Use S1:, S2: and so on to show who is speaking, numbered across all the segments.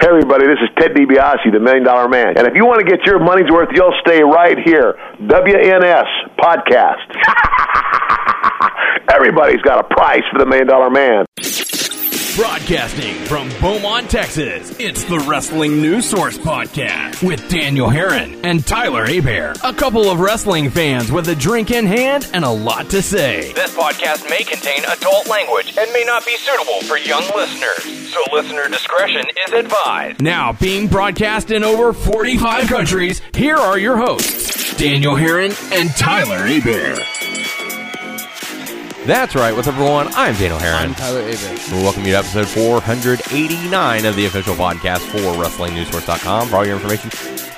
S1: everybody. This is Ted DiBiase, the Million Dollar Man. And if you want to get your money's worth, you'll stay right here. WNS Podcast. Everybody's got a price for the Million Dollar Man.
S2: Broadcasting from Beaumont, Texas, it's the Wrestling News Source Podcast with Daniel Herron and Tyler Abair, a couple of wrestling fans with a drink in hand and a lot to say.
S3: This podcast may contain adult language and may not be suitable for young listeners, so listener discretion is advised.
S2: Now being broadcast in over 45 countries, here are your hosts, Daniel Herron and Tyler Abair.
S4: That's right. What's up, everyone? I'm Daniel Herron.
S5: Tyler Avery.
S4: We'll welcome you to episode 489 of the official podcast for WrestlingNewsSource.com. For all your information,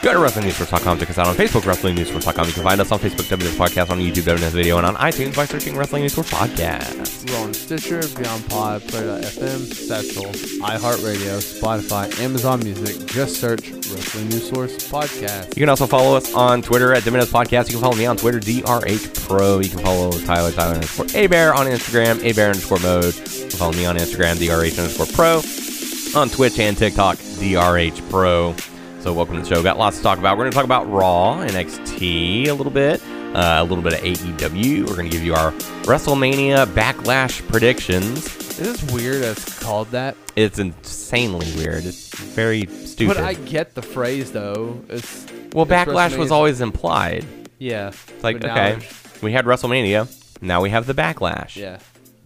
S4: go to WrestlingNewsSource.com. Check us out on Facebook, WrestlingNewsSource.com. You can find us on Facebook, WNS Podcast, on YouTube, WNS Video, and on iTunes by searching Wrestling News Source Podcast.
S5: We're on Stitcher, Beyond Pod, Player.fm, Satchel, iHeartRadio, Spotify, Amazon Music. Just search Wrestling News Source Podcast.
S4: You can also follow us on Twitter at WNS Podcast. You can follow me on Twitter, DRH Pro. You can follow Tyler, Tyler underscore Abear on Instagram, Abear underscore mode. You can follow me on Instagram, DRH underscore Pro. On Twitch and TikTok, DRH Pro. So welcome to the show. Got lots to talk about. We're going to talk about Raw, NXT a little bit, uh, a little bit of AEW. We're going to give you our WrestleMania backlash predictions.
S5: Is this weird that it's called that?
S4: It's insanely weird. It's very stupid.
S5: But I get the phrase, though. It's
S4: well,
S5: it's
S4: backlash was
S5: WrestleMania.
S4: always implied.
S5: Yeah.
S4: It's like,
S5: But now
S4: okay,
S5: there's-
S4: we had WrestleMania. Now we have the backlash.
S5: Yeah.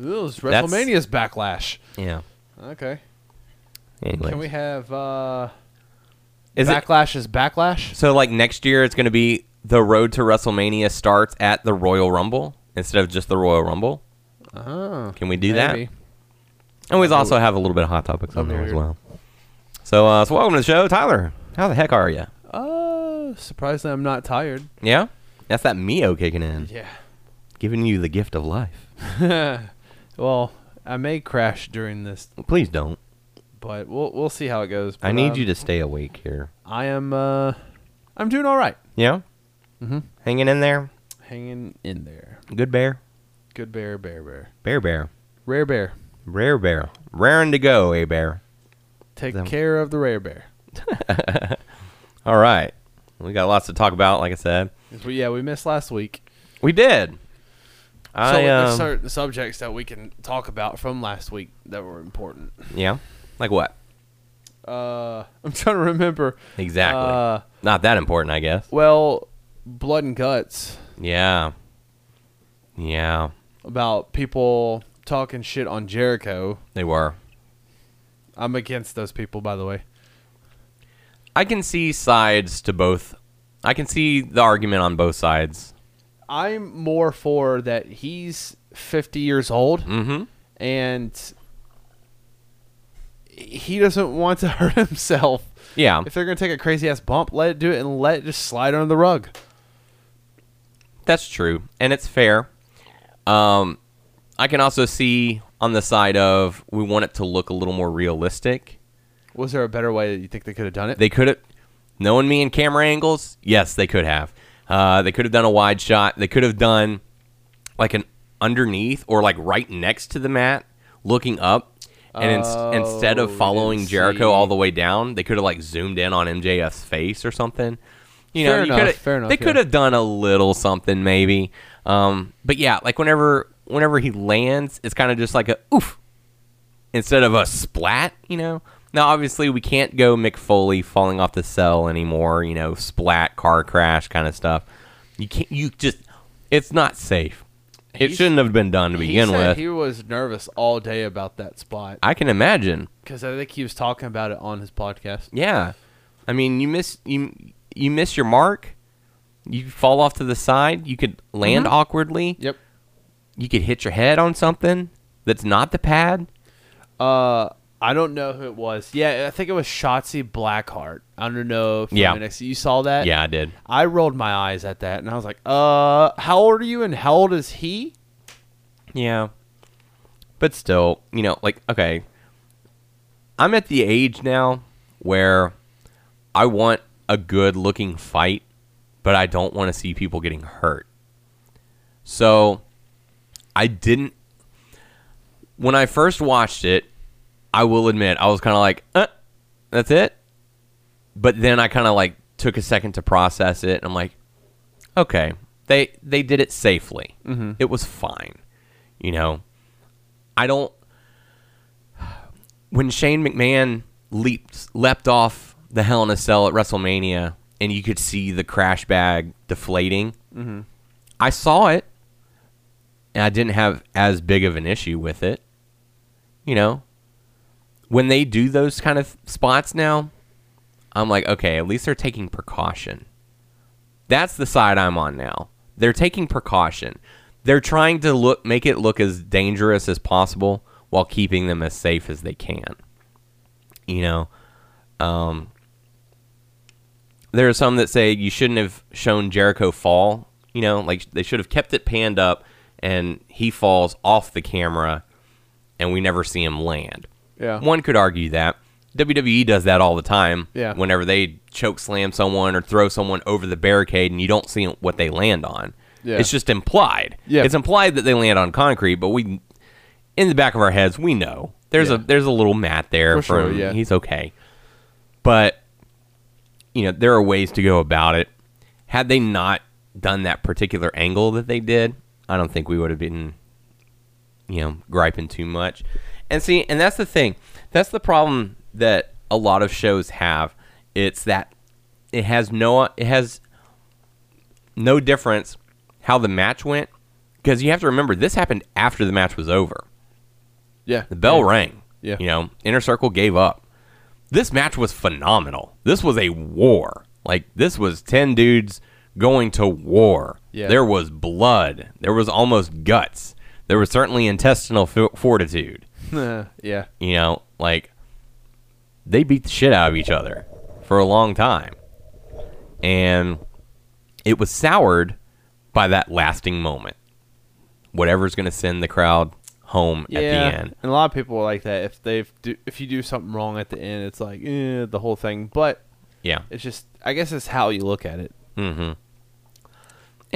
S5: Ooh, it's
S4: That's-
S5: WrestleMania's backlash.
S4: Yeah.
S5: Okay.
S4: Anyway,
S5: Can we have uh,
S4: is it
S5: Backlash is Backlash?
S4: so? Like next year, it's going to be the road to WrestleMania starts at the Royal Rumble instead of just the Royal Rumble.
S5: Oh.
S4: Can we do
S5: maybe.
S4: that? And we also have a little bit of hot topics on
S5: That'd be
S4: there as
S5: weird.
S4: well. So, uh, so welcome to the show, Tyler. How the heck are you?
S5: Oh, surprisingly, I'm not tired.
S4: Yeah, that's that Mio kicking in,
S5: Yeah.
S4: giving you the gift of life.
S5: well, I may crash during this,
S4: Please don't.
S5: but we'll we'll see how it goes. um,
S4: I need you to stay awake here.
S5: I am. Uh, I'm doing all right.
S4: Yeah. Mm-hmm. Hanging in there.
S5: Hanging in there.
S4: Good bear.
S5: Good bear, bear, bear,
S4: Bear bear.
S5: rare bear.
S4: Rare bear. Raring to go, a bear.
S5: Take
S4: Them-
S5: care of the rare bear.
S4: All right. We got lots to talk about, like I said.
S5: 'Cause we- yeah, we missed last week.
S4: We did. I,
S5: so
S4: um,
S5: there's certain subjects that we can talk about from last week that were important.
S4: Yeah. Like what?
S5: Uh, I'm trying to remember.
S4: Exactly.
S5: Uh,
S4: Not that important, I guess.
S5: well, blood and guts
S4: Yeah. Yeah.
S5: about people talking shit on Jericho.
S4: They were.
S5: I'm against those people, by the way.
S4: I can see sides to both. I can see the argument on both sides.
S5: I'm more for that he's 50 years old
S4: Mm-hmm.
S5: and he doesn't want to hurt himself.
S4: Yeah.
S5: If they're going to take a crazy ass bump, let it do it and let it just slide under the rug.
S4: That's true, and it's fair. Um, I can also see on the side of we want it to look a little more realistic.
S5: Was there a better way that you think they could have done it?
S4: They could have, knowing me in camera angles, yes, they could have. Uh, they could have done a wide shot. They could have done like an underneath or like right next to the mat, looking up. And ins-
S5: Oh,
S4: instead of
S5: we
S4: following
S5: didn't
S4: Jericho
S5: see.
S4: all the way down, they could have like zoomed in on MJF's face or something. You know,
S5: Fair
S4: you
S5: enough,
S4: coulda-
S5: fair enough,
S4: They
S5: yeah.
S4: could have done a little something maybe. Um, but yeah, like whenever whenever he lands, it's kind of just like a oof instead of a splat, you know. Now, obviously, we can't go Mick Foley falling off the cell anymore. You know, splat, car crash, kind of stuff. You can't. You just. It's not safe. It
S5: He's-
S4: shouldn't have been done to
S5: He
S4: begin
S5: said
S4: with.
S5: he was nervous all day about that spot
S4: I can imagine.
S5: because I think he was talking about it on his podcast.
S4: Yeah, I mean, you miss you you miss your mark. You fall off to the side. You could land awkwardly.
S5: Mm-hmm. Yep.
S4: You could hit your head on something that's not the pad.
S5: Uh, I don't know who it was. Yeah, I think it was Shotzi Blackheart. I don't know. If
S4: Yeah.
S5: NXT. You saw that?
S4: Yeah, I did.
S5: I rolled my eyes at that and I was like, uh, how old are you and how old is he?
S4: Yeah. But still, you know, like, okay. I'm at the age now where I want a good looking fight, but I don't want to see people getting hurt. So I didn't. When I first watched it, I will admit, I was kind of like, uh, that's it? But then I kind of like took a second to process it. And I'm like, okay, they they did it safely. It was fine. You know, I don't. When Shane McMahon leaped leapt off the Hell in a Cell at WrestleMania, and you could see the crash bag deflating, I saw it, and I didn't have as big of an issue with it. You know, when they do those kind of spots now, I'm like, okay, at least they're taking precaution. That's the side I'm on now. They're taking precaution. They're trying to look make it look as dangerous as possible while keeping them as safe as they can. You know, um, there are some that say you shouldn't have shown Jericho fall. You know, like they should have kept it panned up and he falls off the camera and we never see him land.
S5: Yeah.
S4: One could argue that. WWE does that all the time.
S5: Yeah.
S4: Whenever they choke slam someone or throw someone over the barricade and you don't see what they land on.
S5: Yeah.
S4: It's just implied.
S5: Yeah.
S4: It's implied that they land on concrete, but we in the back of our heads we know. There's a
S5: Yeah.
S4: there's a little mat there
S5: For sure,
S4: from-
S5: yeah.
S4: he's okay. But you know, there are ways to go about it. Had they not done that particular angle that they did, I don't think we would have been you know, griping too much. And see, and that's the thing. That's the problem that a lot of shows have. It's that it has no it has no difference how the match went because you have to remember this happened after the match was over.
S5: Yeah.
S4: The bell rang.
S5: Yeah.
S4: You know, Inner Circle gave up. This match was phenomenal. This was a war. Like this was 10 dudes going to war.
S5: Yeah.
S4: There was blood. There was almost guts. There was certainly intestinal f- fortitude.
S5: yeah.
S4: You know, like they beat the shit out of each other for a long time. And it was soured by that lasting moment. Whatever's going to send the crowd home
S5: Yeah.
S4: at the end.
S5: And a lot of people are like that. If they've do, if you do something wrong at the end, it's like eh, the whole thing. But
S4: Yeah.
S5: it's just I guess it's how you look at it.
S4: and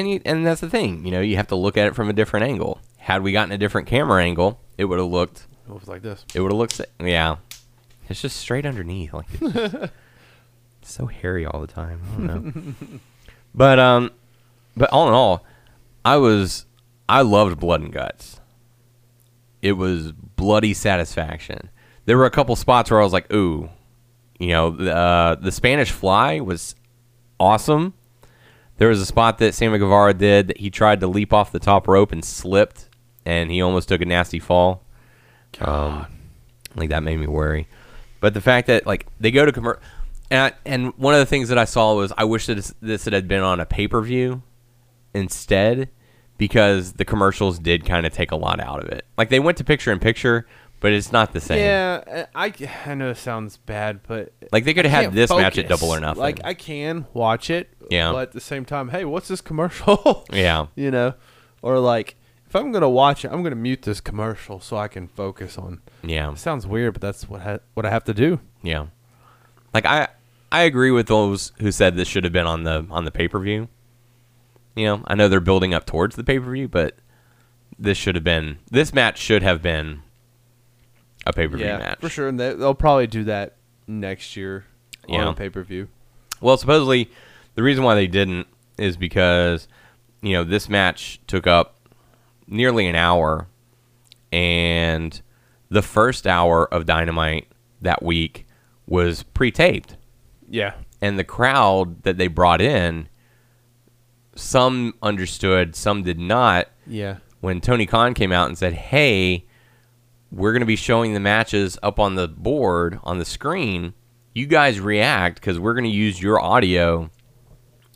S4: you, and that's the thing, you know, you have to look at it from a different angle. Had we gotten a different camera angle, it would have looked
S5: It was like this.
S4: it would have looked sa- yeah. It's just straight underneath, like it's just so hairy all the time. I don't know, but um, but all in all, I was I loved Blood and Guts. It was bloody satisfaction. There were a couple spots where I was like, ooh, you know, the, uh, the Spanish Fly was awesome. There was a spot that Sammy Guevara did that he tried to leap off the top rope and slipped, and he almost took a nasty fall. Um, like that made me worry. But the fact that like they go to commercial, and I, and one of the things that I saw was I wish that this, this had been on a pay per view instead because the commercials did kind of take a lot out of it. Like they went to picture in picture, but it's not the same.
S5: Yeah, I, I- I know it sounds bad, but
S4: Like they could
S5: I
S4: have had
S5: can't
S4: this match at
S5: focus.
S4: Double or Nothing.
S5: Like I can watch it,
S4: Yeah.
S5: but at the same time, hey, what's this commercial?
S4: Yeah.
S5: you know, or like if I'm gonna watch it, I'm gonna mute this commercial so I can focus on.
S4: yeah.
S5: It sounds weird, but that's what ha- what I have to do.
S4: Yeah. Like I I agree with those who said this should have been on the on the pay-per-view. You know, I know they're building up towards the pay-per-view, but this should have been this match should have been a pay-per-view match.
S5: for sure, and they, they'll probably do that next year
S4: Yeah.
S5: on pay per view.
S4: Well, supposedly the reason why they didn't is because you know, this match took up nearly an hour and the first hour of Dynamite that week was pre-taped.
S5: Yeah,
S4: and the crowd that they brought in, some understood, some did not.
S5: yeah,
S4: When Tony Khan came out and said, "Hey, we're going to be showing the matches up on the board on the screen. You guys react because we're going to use your audio,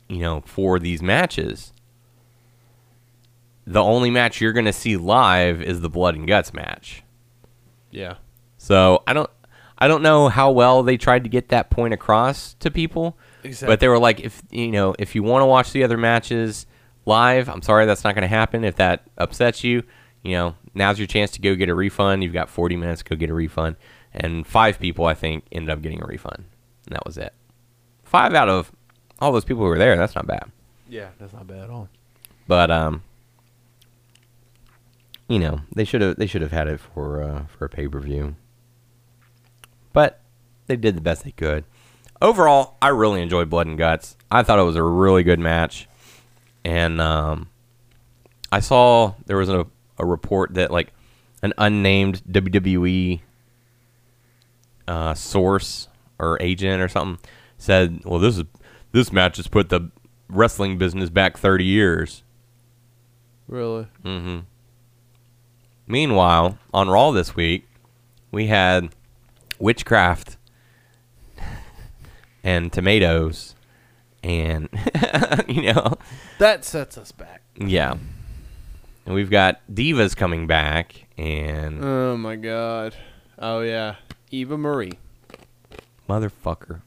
S4: you know, for these matches." The only match you're going to see live is the blood and guts match.
S5: yeah.
S4: So I don't I don't know how well they tried to get that point across to people.
S5: Exactly.
S4: But they were like, if you know, if you want to watch the other matches live, I'm sorry that's not going to happen. If that upsets you, you know, now's your chance to go get a refund. You've got 40 minutes to go get a refund. And five people, I think, ended up getting a refund. And that was it. Five out of all those people who were there. That's not bad.
S5: Yeah, that's not bad at all.
S4: But um, you know, they should have they should have had it for uh, for a pay per view. But they did the best they could. Overall, I really enjoyed Blood and Guts. I thought it was a really good match, and um, I saw there was a, a report that like an unnamed WWE uh, source or agent or something said, "Well, this is this match has put the wrestling business back 30 years."
S5: Really?
S4: Meanwhile, on Raw this week, we had witchcraft and tomatoes, and you know,
S5: That sets us back.
S4: yeah. And we've got divas coming back, and
S5: Oh my god. Oh yeah. Eva Marie.
S4: motherfucker.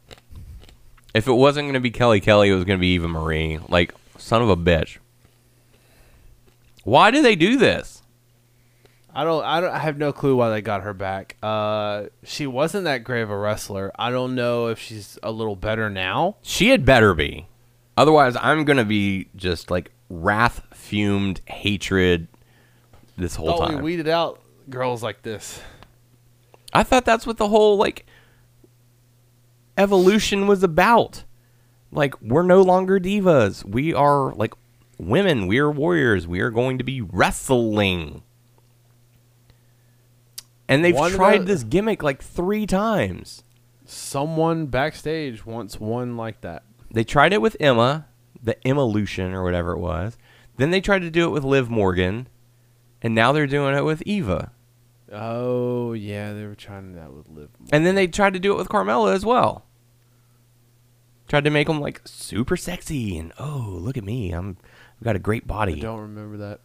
S4: If it wasn't going to be Kelly Kelly, it was going to be Eva Marie. Like, son of a bitch. Why do they do this?
S5: I don't. I don't. I have no clue why they got her back. Uh, she wasn't that great of a wrestler. I don't know if she's a little better now.
S4: She had better be. Otherwise, I'm going to be just like wrath fumed hatred this whole
S5: Thought Oh, we
S4: time.
S5: weeded out girls like this.
S4: I thought that's what the whole like evolution was about. Like we're no longer divas. We are like women. We are warriors. We are going to be wrestling. And they've
S5: One of
S4: tried
S5: the-
S4: this gimmick like 3 times.
S5: Someone backstage wants one like that.
S4: They tried it with Emma, the Evolution or whatever it was. Then they tried to do it with Liv Morgan, and now they're doing it with Eva.
S5: Oh yeah, they were trying that with Liv.
S4: And then they tried to do it with Carmella as well. Tried to make them like super sexy and oh look at me, I'm I've got a great
S5: I
S4: body.
S5: don't remember that.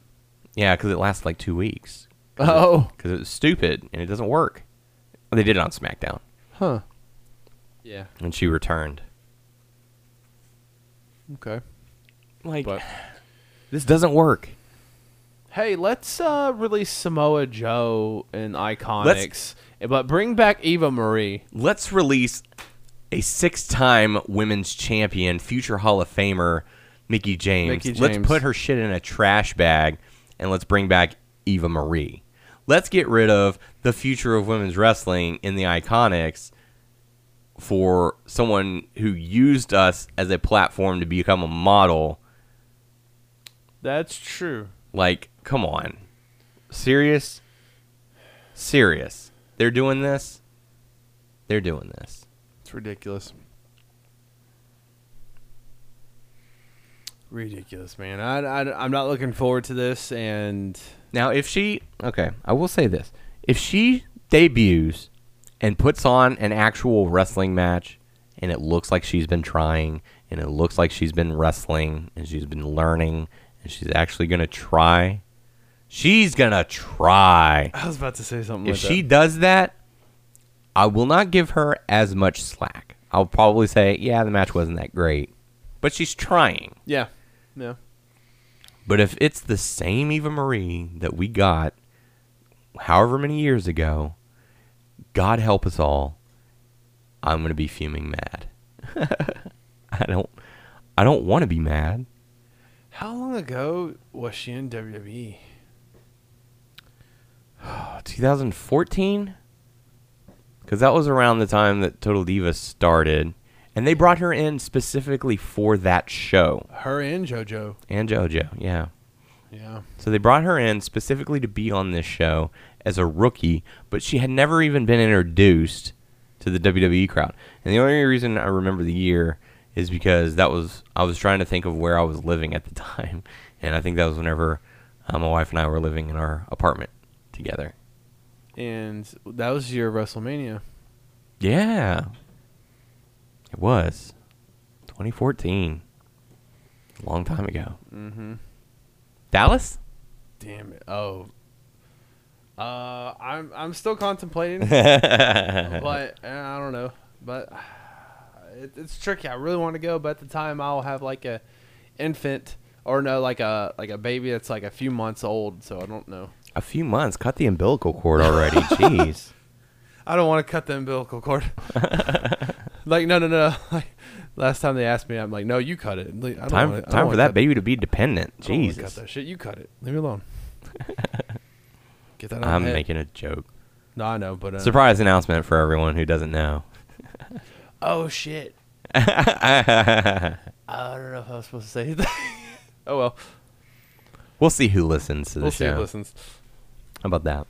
S4: Yeah, because it lasts like two weeks
S5: Oh,
S4: because it was stupid and it doesn't work. They did it on SmackDown
S5: huh. Yeah.
S4: and she returned.
S5: Okay.
S4: Like
S5: But
S4: this doesn't work.
S5: hey, let's uh release Samoa Joe and Iconics,
S4: Let's-
S5: but bring back Eva Marie.
S4: Let's release a six-time women's champion, future Hall of Famer, Mickey James.
S5: Mickey
S4: Let's
S5: James.
S4: put her shit in a trash bag and let's bring back Eva Marie. Let's get rid of the future of women's wrestling in the Iconics for someone who used us as a platform to become a model.
S5: That's true.
S4: Like, come on. Serious? Serious. They're doing this? They're doing this.
S5: It's ridiculous. Ridiculous, man. I, I, am not looking forward to this, and
S4: Now, if she, okay, I will say this: if she debuts and puts on an actual wrestling match, and it looks like she's been trying, and it looks like she's been wrestling, and she's been learning, and she's actually gonna try, she's gonna try.
S5: I was about to say something.
S4: If she does that, I will not give her as much slack. I'll probably say, yeah, the match wasn't that great, but she's trying.
S5: yeah, yeah,
S4: But if it's the same Eva Marie that we got however many years ago, God help us all. I'm going to be fuming mad. I don't I don't want to be mad.
S5: how long ago was she in E? WWE?
S4: Oh, 2014 cuz that was around the time that Total Divas started and they brought her in specifically for that show.
S5: Her and JoJo.
S4: And JoJo, yeah.
S5: Yeah,
S4: So they brought her in specifically to be on this show as a rookie, but she had never even been introduced to the WWE crowd. And the only reason I remember the year is because that was I was trying to think of where I was living at the time, and I think that was whenever uh, my wife and I were living in our apartment together.
S5: and that was your WrestleMania.
S4: Yeah. It was. 2014. A long time ago. Mhm. Dallas?
S5: Damn it! Oh, uh, I'm I'm still contemplating. but uh, I don't know. But it, it's tricky. I really want to go, but at the time I'll have like a infant or no, like a like a baby that's like a few months old. So I don't know.
S4: A few months. Cut the umbilical cord already. Jeez.
S5: I don't want to cut the umbilical cord. like no, no, no. Like, last time they asked me, I'm like, no, you cut it. Like, I don't
S4: Time,
S5: wanna- I don't
S4: time
S5: wanna
S4: for that
S5: cut-
S4: baby to be Oh dependent.
S5: I don't wanna cut
S4: Jesus.
S5: that shit. You cut it. Leave me alone. Get that. out of
S4: I'm
S5: my head.
S4: making a joke.
S5: No, I know, but uh,
S4: Surprise announcement for everyone who doesn't know.
S5: oh shit. I don't know if I was supposed to say that. oh well,
S4: we'll see who listens to the
S5: we'll see.
S4: show.
S5: Who listens?
S4: How about that?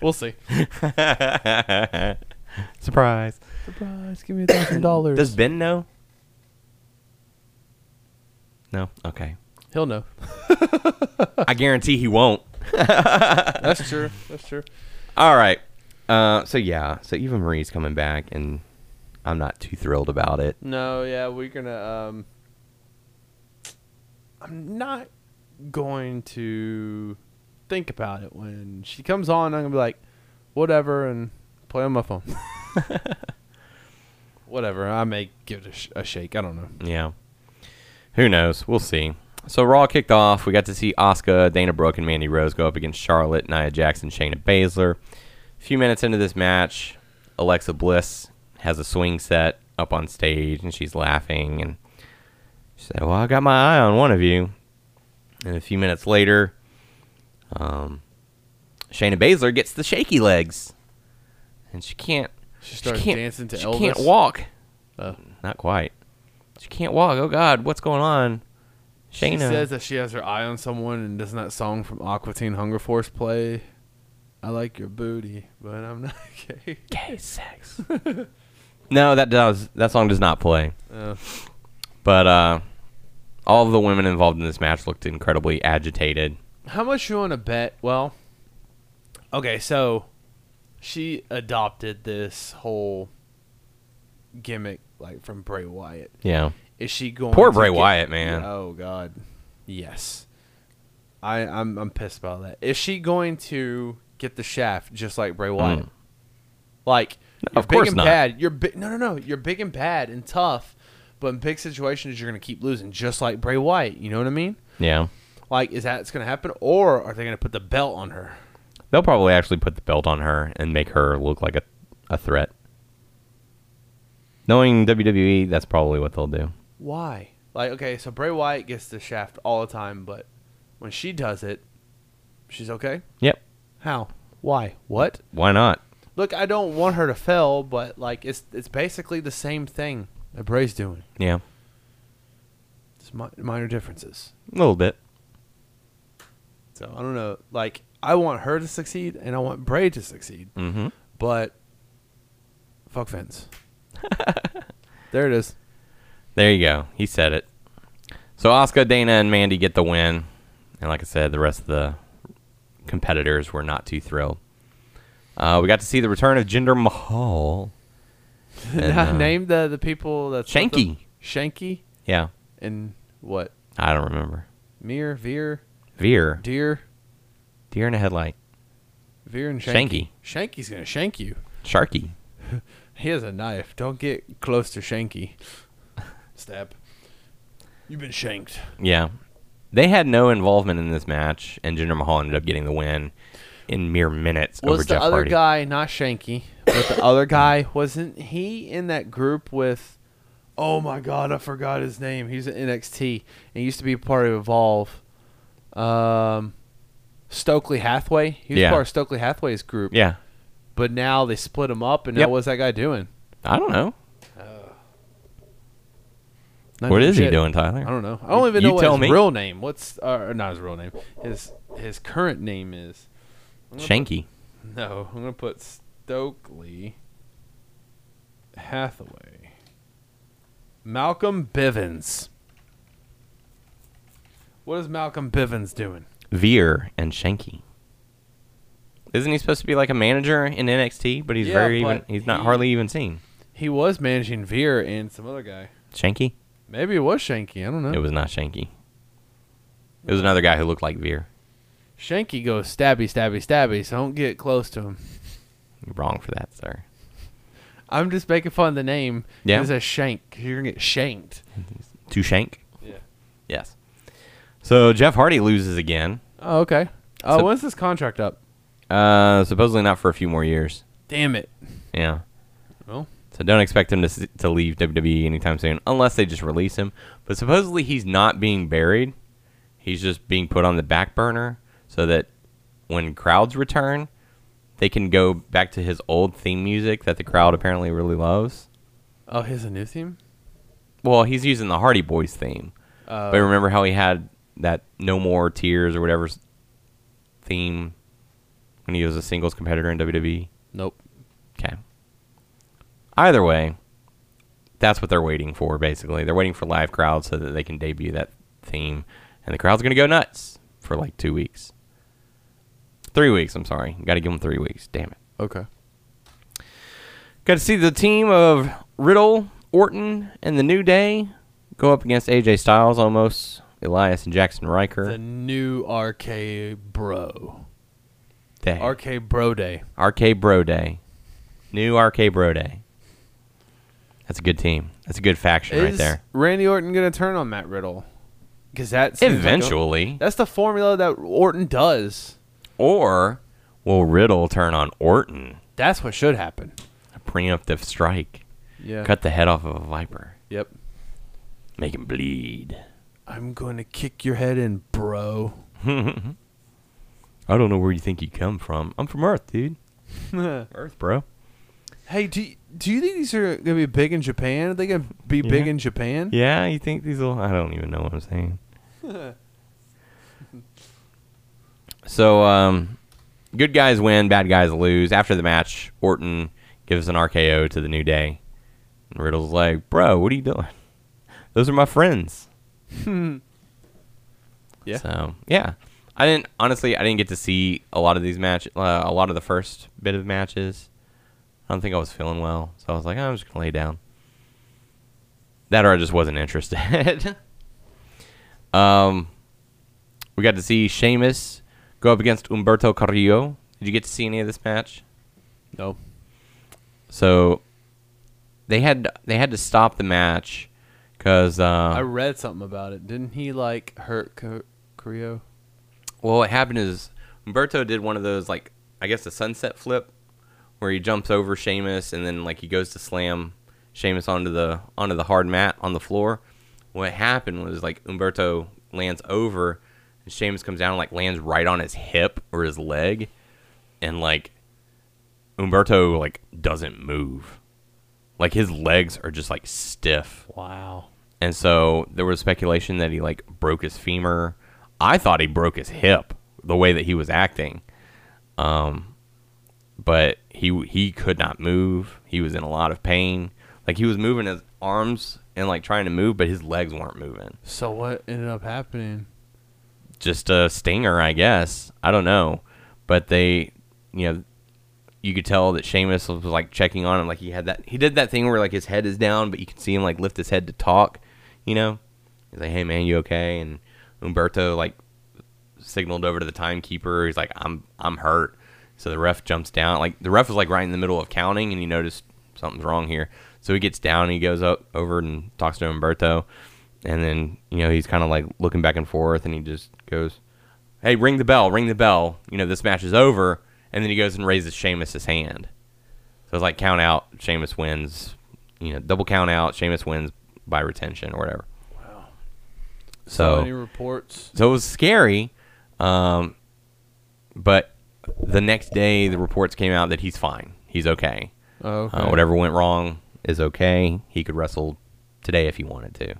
S5: We'll see.
S4: Surprise.
S5: Surprise! Give me a thousand dollars.
S4: Does Ben know? No. Okay.
S5: He'll know.
S4: I guarantee he won't.
S5: That's true. That's true.
S4: All right. Uh, so yeah. So Eva Marie's coming back, and I'm not too thrilled about it.
S5: No, yeah, we're gonna. Um, I'm not going to think about it when she comes on. I'm gonna be like, whatever, and play on my phone. whatever, I may give it a, sh- a shake. I don't know.
S4: Yeah. Who knows? We'll see. So Raw kicked off. We got to see Oscar, Dana Brooke, and Mandy Rose go up against Charlotte, Nia Jackson, Shayna Baszler. A few minutes into this match, Alexa Bliss has a swing set up on stage, and she's laughing. And she said, "Well, I got my eye on one of you." And a few minutes later, um, Shayna Baszler gets the shaky legs, and she can't.
S5: She
S4: She
S5: starts
S4: can't,
S5: dancing to
S4: she
S5: Elvis.
S4: can't walk.
S5: Oh.
S4: Not quite. She can't walk. Oh God, what's going on? Shayna.
S5: She says that she has her eye on someone, and doesn't that song from Aqua Teen Hunger Force play? I like your booty, but I'm not gay.
S4: gay sex. no, that does that song does not play.
S5: Oh.
S4: But uh, all of the women involved in this match looked incredibly agitated.
S5: How much you want to bet? Well, okay, so she adopted this whole gimmick like from Bray Wyatt.
S4: Yeah.
S5: Is she going?
S4: Poor
S5: to
S4: Bray
S5: get-
S4: Wyatt, man.
S5: Oh God, yes. I I'm I'm pissed about that. Is she going to get the shaft just like Bray Wyatt? Like, you're
S4: Hmm. of
S5: big
S4: course
S5: and
S4: not.
S5: bad. You're big. No, no, no. You're big and bad and tough, but in big situations you're gonna keep losing, just like Bray Wyatt. You know what I mean?
S4: Yeah.
S5: Like, is that going to happen, or are they going to put the belt on her?
S4: They'll probably actually put the belt on her and make her look like a, a threat. Knowing WWE, that's probably what they'll do.
S5: Why? Like, okay, so Bray Wyatt gets the shaft all the time, but when she does it, she's okay.
S4: Yep.
S5: How? Why? What?
S4: Why not?
S5: Look, I don't want her to fail, but like, it's it's basically the same thing that Bray's doing.
S4: Yeah.
S5: It's mi- minor differences.
S4: A little bit.
S5: So I don't know. Like, I want her to succeed, and I want Bray to succeed,
S4: Mm-hmm.
S5: but fuck Vince. there it is.
S4: There you go. He said it. So Oscar, Dana, and Mandy get the win, and like I said, the rest of the competitors were not too thrilled. Uh, we got to see the return of Jinder Mahal. And, uh,
S5: Name the the people that's with them.
S4: Shanky.
S5: Shanky
S4: Yeah,
S5: and what?
S4: I don't remember.
S5: Mir, Veer,
S4: Veer,
S5: Deer,
S4: deer in a headlight.
S5: Veer, and Shanky. Shanky's gonna shank you.
S4: Sharky.
S5: He has a knife. Don't get close to Shanky. Stab. You've been shanked.
S4: Yeah, they had no involvement in this match, and Jinder Mahal ended up getting the win in mere minutes
S5: Was
S4: over
S5: the
S4: Jeff
S5: other
S4: Hardy.
S5: guy not Shanky? But the other guy wasn't he in that group with? Oh my God, I forgot his name. He's in NXT and he used to be part of Evolve. Um, Stokely Hathaway. He was
S4: Yeah.
S5: part of Stokely Hathaway's group.
S4: Yeah,
S5: But now they split him up, and
S4: Yep.
S5: now what's that guy doing?
S4: I don't know.
S5: Not
S4: What is he
S5: shit.
S4: doing, Tyler?
S5: I don't know. I don't even
S4: you
S5: know what
S4: tell
S5: his
S4: me.
S5: real name. What's uh, not his real name? His his current name is
S4: Shanky.
S5: no. I'm gonna put Stokely Hathaway. Malcolm Bivens. What is Malcolm Bivens doing?
S4: Veer and Shanky. Isn't he supposed to be like a manager in NXT? But he's
S5: Yeah,
S4: very
S5: but
S4: even. He's not
S5: he-
S4: hardly even seen.
S5: He was managing Veer and some other guy.
S4: Shanky.
S5: Maybe it was Shanky. I don't know.
S4: It was not Shanky. It was another guy who looked like Veer.
S5: Shanky goes stabby, stabby, stabby. So don't get close to him.
S4: You're wrong for that, sir.
S5: I'm just making fun of the name.
S4: Yeah.
S5: It's a shank. You're gonna get shanked.
S4: To Shank.
S5: Yeah.
S4: Yes. So Jeff Hardy loses again.
S5: Oh, okay. Uh,
S4: So-
S5: when's this contract up?
S4: Uh, supposedly not for a few more years.
S5: Damn it.
S4: Yeah.
S5: Well.
S4: So don't expect him to s- to leave WWE anytime soon, unless they just release him. But supposedly he's not being buried; he's just being put on the back burner so that when crowds return, they can go back to his old theme music that the crowd apparently really loves.
S5: Oh, here's a new theme.
S4: Well, he's using the Hardy Boys theme.
S5: Uh,
S4: But remember how he had that "No More Tears" or whatever s- theme when he was a singles competitor in E? WWE.
S5: nope.
S4: Okay. Either way, that's what they're waiting for. Basically, they're waiting for live crowds so that they can debut that theme, and the crowd's gonna go nuts for like two weeks, three weeks. I'm sorry, got to give them three weeks. Damn it.
S5: Okay.
S4: Got to see the team of Riddle, Orton, and the New Day go up against AJ Styles, almost Elias and Jackson Riker.
S5: The new RK Bro.
S4: Day.
S5: RK Bro Day.
S4: RK Bro Day. New RK Bro Day. That's a good team. That's a good faction right
S5: Is
S4: there.
S5: Randy Orton gonna turn on Matt Riddle? Because that's
S4: Eventually.
S5: that's the formula that Orton does.
S4: Or will Riddle turn on Orton?
S5: That's what should happen.
S4: A preemptive strike.
S5: Yeah.
S4: Cut the head off of a viper.
S5: Yep.
S4: Make him bleed.
S5: I'm gonna kick your head in, bro.
S4: I don't know where you think you come from. I'm from Earth, dude. Earth, bro.
S5: Hey, do you, do you think these are gonna be big in Japan? Are they gonna be big
S4: Yeah.
S5: in Japan?
S4: Yeah, you think these will? I don't even know what I'm saying. so, um, good guys win, bad guys lose. After the match, Orton gives an RKO to the New Day. And Riddle's like, bro, what are you doing? Those are my friends.
S5: Yeah.
S4: So, yeah. I didn't, honestly, I didn't get to see a lot of these match, uh, a lot of the first bit of matches. I don't think I was feeling well. So I was like, "Ah, I'm just going to lay down. That or I just wasn't interested. um, we got to see Sheamus go up against Umberto Carrillo. Did you get to see any of this match?
S5: No.
S4: So they had they had to stop the match because
S5: I
S4: uh,
S5: read something about it. Didn't he like hurt Ko- Creo?
S4: well, what happened is Umberto did one of those like I guess a sunset flip where he jumps over Sheamus and then like he goes to slam Sheamus onto the onto the hard mat on the floor. What happened was like Umberto lands over and Sheamus comes down and like lands right on his hip or his leg and like Umberto like doesn't move. Like his legs are just like stiff.
S5: Wow.
S4: And so there was speculation that he like broke his femur. I thought he broke his hip the way that he was acting. Um but he he could not move. He was in a lot of pain. Like he was moving his arms and like trying to move, but his legs weren't moving.
S5: So what ended up happening?
S4: Just a stinger, I guess. I don't know. But they you know you could tell that Seamus was like checking on him like he had that he did that thing where like his head is down, but you can see him like lift his head to talk, you know? He's like, "Hey man, you okay?" And Umberto like signaled over to the timekeeper. He's like, "I'm I'm hurt." So the ref jumps down. Like the ref was like right in the middle of counting, and he noticed something's wrong here. So he gets down. And he goes up over and talks to Umberto, and then you know he's kind of like looking back and forth, and he just goes, "Hey, ring the bell, ring the bell." You know this match is over, and then he goes and raises Sheamus's hand. So it's like count out, Sheamus wins. You know, double count out, Sheamus wins by retention or whatever. Wow. So,
S5: Any reports?
S4: so it was scary. Um, but the next day, the reports came out that he's fine. He's okay.
S5: Oh,
S4: Uh, whatever went wrong is okay. He could wrestle today if he wanted to.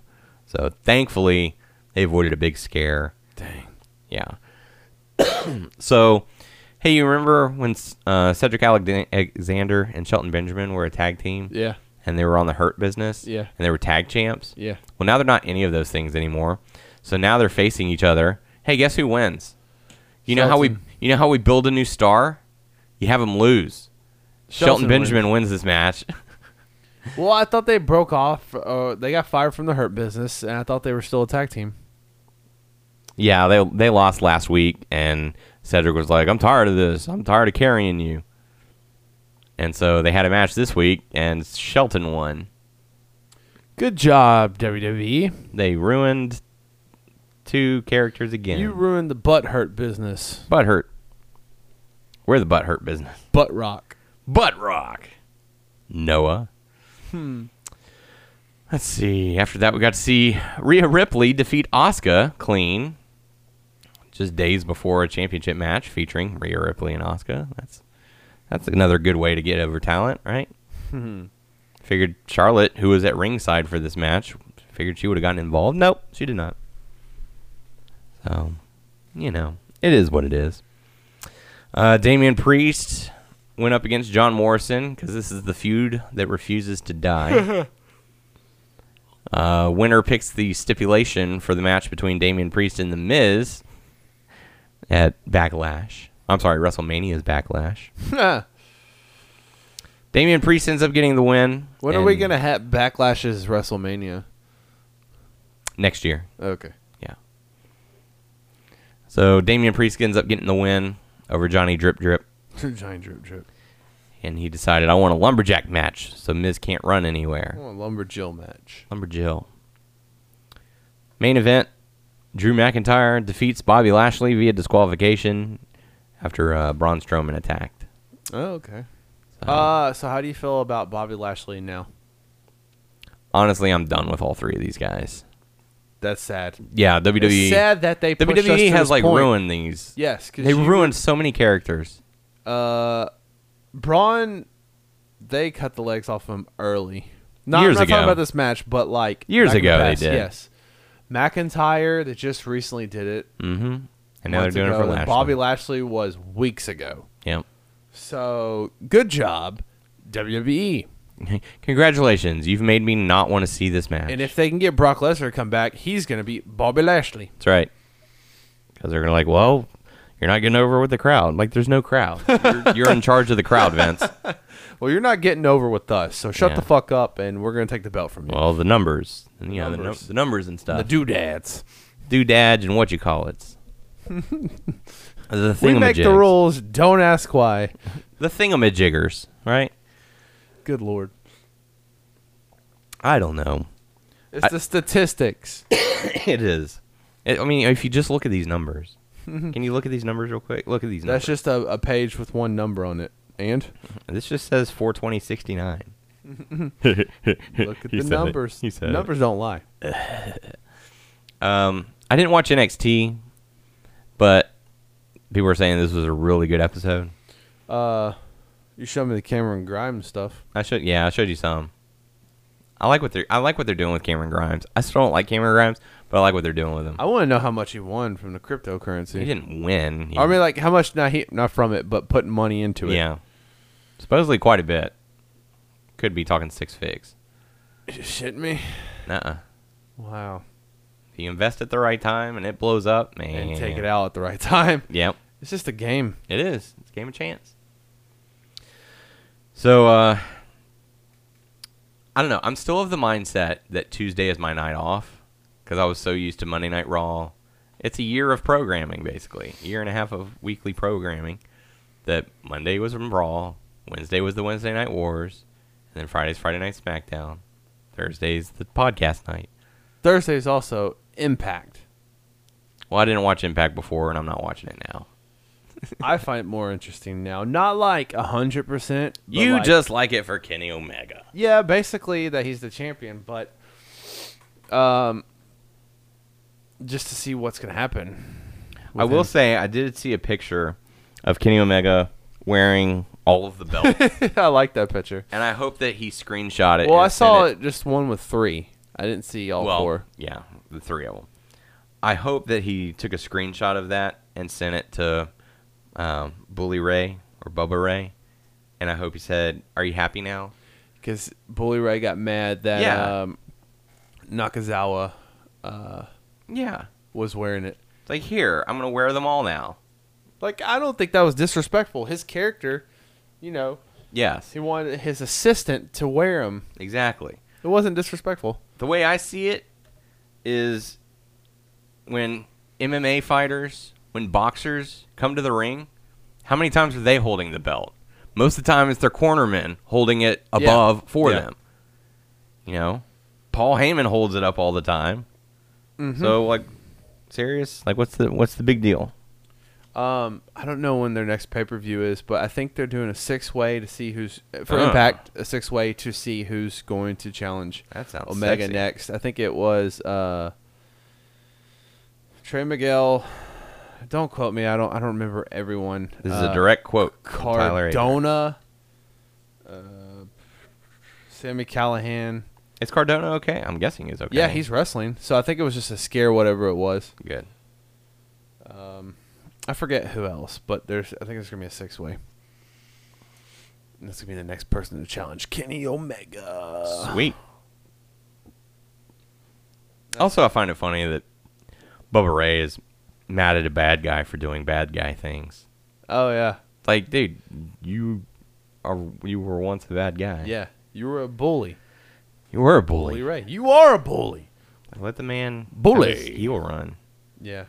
S4: So thankfully, they avoided a big scare.
S5: Dang.
S4: Yeah. so, hey, you remember when uh, Cedric Alexander and Shelton Benjamin were a tag team?
S5: Yeah.
S4: and they were on the Hurt business.
S5: Yeah.
S4: And they were tag champs.
S5: Yeah.
S4: Well, now they're not any of those things anymore. So now they're facing each other. Hey, guess who wins? You know how we
S5: Shelton.
S4: you know how we build a new star? You have them lose. Shelton,
S5: Shelton
S4: Benjamin wins. this match.
S5: Well, I thought they broke off. Uh, they got fired from the Hurt business, and I thought they were still a tag team.
S4: yeah, they they lost last week and Cedric was like, "I'm tired of this. I'm tired of carrying you." And so they had a match this week and Shelton won.
S5: Good job, E. WWE.
S4: They ruined two characters again.
S5: You ruined the butt hurt business.
S4: butt hurt. We're the butt hurt business.
S5: Butt rock.
S4: Butt Rock. Noah. Hmm. Let's see. After that, we got to see Rhea Ripley defeat Asuka clean. Just days before a championship match featuring Rhea Ripley and Asuka. That's That's another good way to get over talent, right? figured Charlotte, who was at ringside for this match, figured she would have gotten involved. Nope, she did not. So, you know, it is what it is. Uh, Damian Priest went up against John Morrison because this is the feud that refuses to die. uh, winner picks the stipulation for the match between Damian Priest and The Miz at Backlash. I'm sorry, WrestleMania's Backlash.
S5: when
S4: Damian Priest ends up getting the win.
S5: are we
S4: and
S5: gonna have backlashes WrestleMania?
S4: next year?
S5: Okay.
S4: Yeah. So Damian Priest ends up getting the win over Johnny Drip Drip,
S5: Giant drip drip.
S4: and he decided I want a lumberjack match, so Miz can't run anywhere.
S5: I want a lumberjill match.
S4: Lumberjill. Main event: Drew McIntyre defeats Bobby Lashley via disqualification after uh, Braun Strowman attacked.
S5: Oh, okay. Uh, so how do you feel about Bobby Lashley now?
S4: Honestly, I'm done with all three of these guys.
S5: That's sad.
S4: Yeah, E
S5: It's
S4: WWE.
S5: sad that they pushed us to
S4: WWE E has
S5: this
S4: like
S5: point.
S4: ruined these.
S5: Yes, because
S4: they ruined so many characters.
S5: Uh, Braun, they cut the legs off him early. Not,
S4: Years
S5: I'm not
S4: ago.
S5: talking about this match, but like
S4: Years
S5: back in the
S4: ago they
S5: past,
S4: did.
S5: Yes, McIntyre, they just recently did it.
S4: Mm-hmm. And now they're
S5: months
S4: doing
S5: ago,
S4: it for
S5: and
S4: Lashley.
S5: Bobby Lashley was weeks ago.
S4: Yep.
S5: So good job, E. WWE.
S4: Congratulations, you've made me not want to see this match.
S5: And if they can get Brock Lesnar to come back, he's gonna beat Bobby Lashley.
S4: That's right. Because they're gonna like, well, you're not getting over with the crowd. Like, there's no crowd. You're, you're in charge of the crowd, Vince.
S5: Well, you're not getting over with us, so shut
S4: Yeah.
S5: the fuck up, and we're gonna take the belt from you.
S4: Well, the numbers, and, you know, the, num-
S5: Numbers.
S4: the numbers and
S5: the
S4: stuff,
S5: doodads.
S4: doodadge and what you call it. the
S5: We make the
S4: thingamajigs.
S5: rules. Don't ask why.
S4: The thingamajiggers, right?
S5: Good lord.
S4: I don't know.
S5: It's the statistics.
S4: it is. It, I mean, if you just look at these numbers, can you look at these numbers real quick? Look at these numbers.
S5: That's just a, a page with one number on it. And
S4: this just says 42069.
S5: look at
S4: He
S5: the
S4: said it.
S5: numbers.
S4: He said it.
S5: numbers don't lie.
S4: Um, I didn't watch NXT, but people were saying this was a really good episode.
S5: Uh, you showed me the Cameron Grimes stuff.
S4: I showed, yeah, I showed you some. I like what they're, I like what they're doing with Cameron Grimes. I still don't like Cameron Grimes, but I like what they're doing with him.
S5: I want to know how much he won from the cryptocurrency.
S4: He didn't win. He-
S5: I mean, like how much not he not from it, but putting money into it.
S4: yeah, supposedly quite a bit. Could be talking six figs.
S5: You shitting me?
S4: Nuh-uh.
S5: Wow.
S4: If you invest at the right time and it blows up, man.
S5: And take it out at the right time.
S4: Yep.
S5: It's just a game.
S4: It is. It's a game of chance. So uh I don't know. I'm still of the mindset that Tuesday is my night off because I was so used to Monday Night Raw. It's a year of programming, basically, a year and a half of weekly programming. That Monday was from Raw, Wednesday was the Wednesday Night Wars, and then Friday's Friday Night SmackDown, Thursday's the podcast night.
S5: Thursday's also Impact.
S4: Well, I didn't watch Impact before, and I'm not watching it now.
S5: I find it more interesting now. Not like hundred percent. but
S4: you
S5: like-
S4: just like it for Kenny Omega.
S5: Yeah, basically that he's the champion, but um, just to see what's gonna happen.
S4: I will say I did see a picture of Kenny Omega wearing all of the belts,
S5: I like that picture.
S4: and I hope that he screenshot it.
S5: Well,
S4: and
S5: I saw
S4: sent
S5: it just one with three. I didn't see all
S4: Well,
S5: four.
S4: yeah, the three of them. I hope that he took a screenshot of that and sent it to um, Bully Ray or Bubba Ray, and I hope he said, "Are you happy now?"
S5: because Bully Ray got mad that
S4: Yeah.
S5: um, Nakazawa
S4: Yeah.
S5: was wearing it.
S4: It's like here, I'm gonna wear them all now.
S5: Like, I don't think that was disrespectful. His character, you know,
S4: Yes,
S5: he wanted his assistant to wear him.
S4: exactly.
S5: It wasn't disrespectful.
S4: the way I see it is when MMA fighters, when boxers come to the ring, how many times are they holding the belt? Most of the time, it's their cornermen holding it above for
S5: Yeah.
S4: them. You know, Paul Heyman holds it up all the time.
S5: Mm-hmm. Hmm.
S4: So, like, serious? Like, what's the what's the big deal?
S5: Um, I don't know when their next pay per view is, but I think they're doing a six way to see who's for
S4: Oh.
S5: Impact. A six way to see who's going to challenge
S4: That sounds
S5: Omega
S4: sexy.
S5: next. I think it was uh, Trey Miguel, Don't quote me. I don't. I don't remember everyone.
S4: This is
S5: Uh,
S4: a direct quote. from Tyler Abrams.
S5: Cardona, uh, Sammy Callahan.
S4: Is Cardona okay? I'm guessing he's okay.
S5: Yeah, he's wrestling. So I think it was just a scare, whatever it was.
S4: good.
S5: I forget who else, but there's. I think there's gonna be a six way. And That's gonna be the next person to challenge Kenny Omega.
S4: Sweet. Also, I find it funny that Bubba Ray is mad at a bad guy for doing bad guy things.
S5: Oh yeah,
S4: It's Like, dude, you are you were once a bad guy.
S5: yeah. You were a bully,
S4: you were a bully.
S5: bully Ray. You are a bully.
S4: Let the man have
S5: Bully.
S4: his heel run.
S5: Yeah.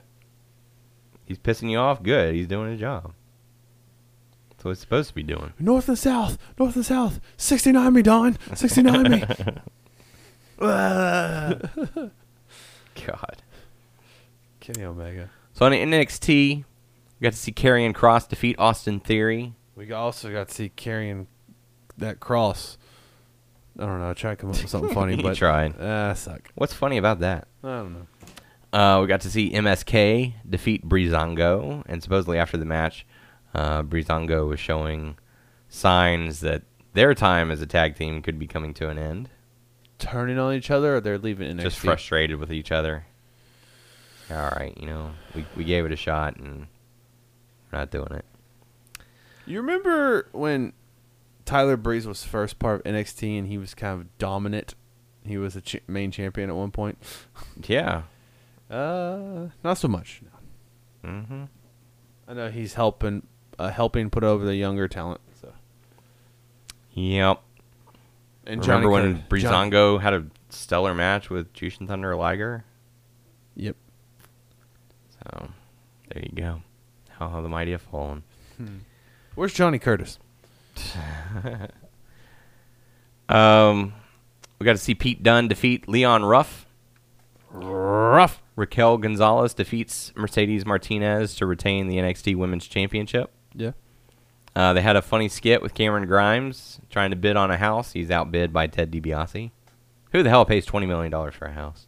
S4: He's pissing you off. Good. He's doing his job. That's what he's supposed to be doing.
S5: North and south, north and south. Sixty nine me, Don. Sixty nine me.
S4: God.
S5: Kenny Omega.
S4: So on NXT, we got to see Karrion Cross defeat Austin Theory.
S5: We also got to see carrying that cross. I don't know. I tried to come up with something funny,
S4: You
S5: but
S4: tried.
S5: Ah, uh, suck.
S4: What's funny about that?
S5: I don't know.
S4: Uh, we got to see MSK defeat Breezango, and supposedly after the match, uh, Breezango was showing signs that their time as a tag team could be coming to an end.
S5: Turning on each other, or they're leaving NXT.
S4: Just frustrated with each other. All right, you know, we, we gave it a shot, and we're not doing it.
S5: You remember when Tyler Breeze was first part of NXT and he was kind of dominant? He was a ch- main champion at one point.
S4: Yeah.
S5: Uh, not so much. now.
S4: Mm-hmm.
S5: I know he's helping, uh, helping put over the younger talent. So.
S4: Yep.
S5: And
S4: Remember
S5: Johnny
S4: when
S5: Cur- Johnny-
S4: Breezango had a stellar match with Jushin Thunder Liger?
S5: Yep.
S4: So there you go. How the mighty have fallen.
S5: Where's Johnny Curtis?
S4: Um, we got to see Pete Dunne defeat Leon Ruff. Ruff. Raquel Gonzalez defeats Mercedes Martinez to retain the NXT Women's Championship.
S5: Yeah.
S4: Uh, they had a funny skit with Cameron Grimes trying to bid on a house. He's outbid by Ted DiBiase. Who the hell pays $20 million for a house?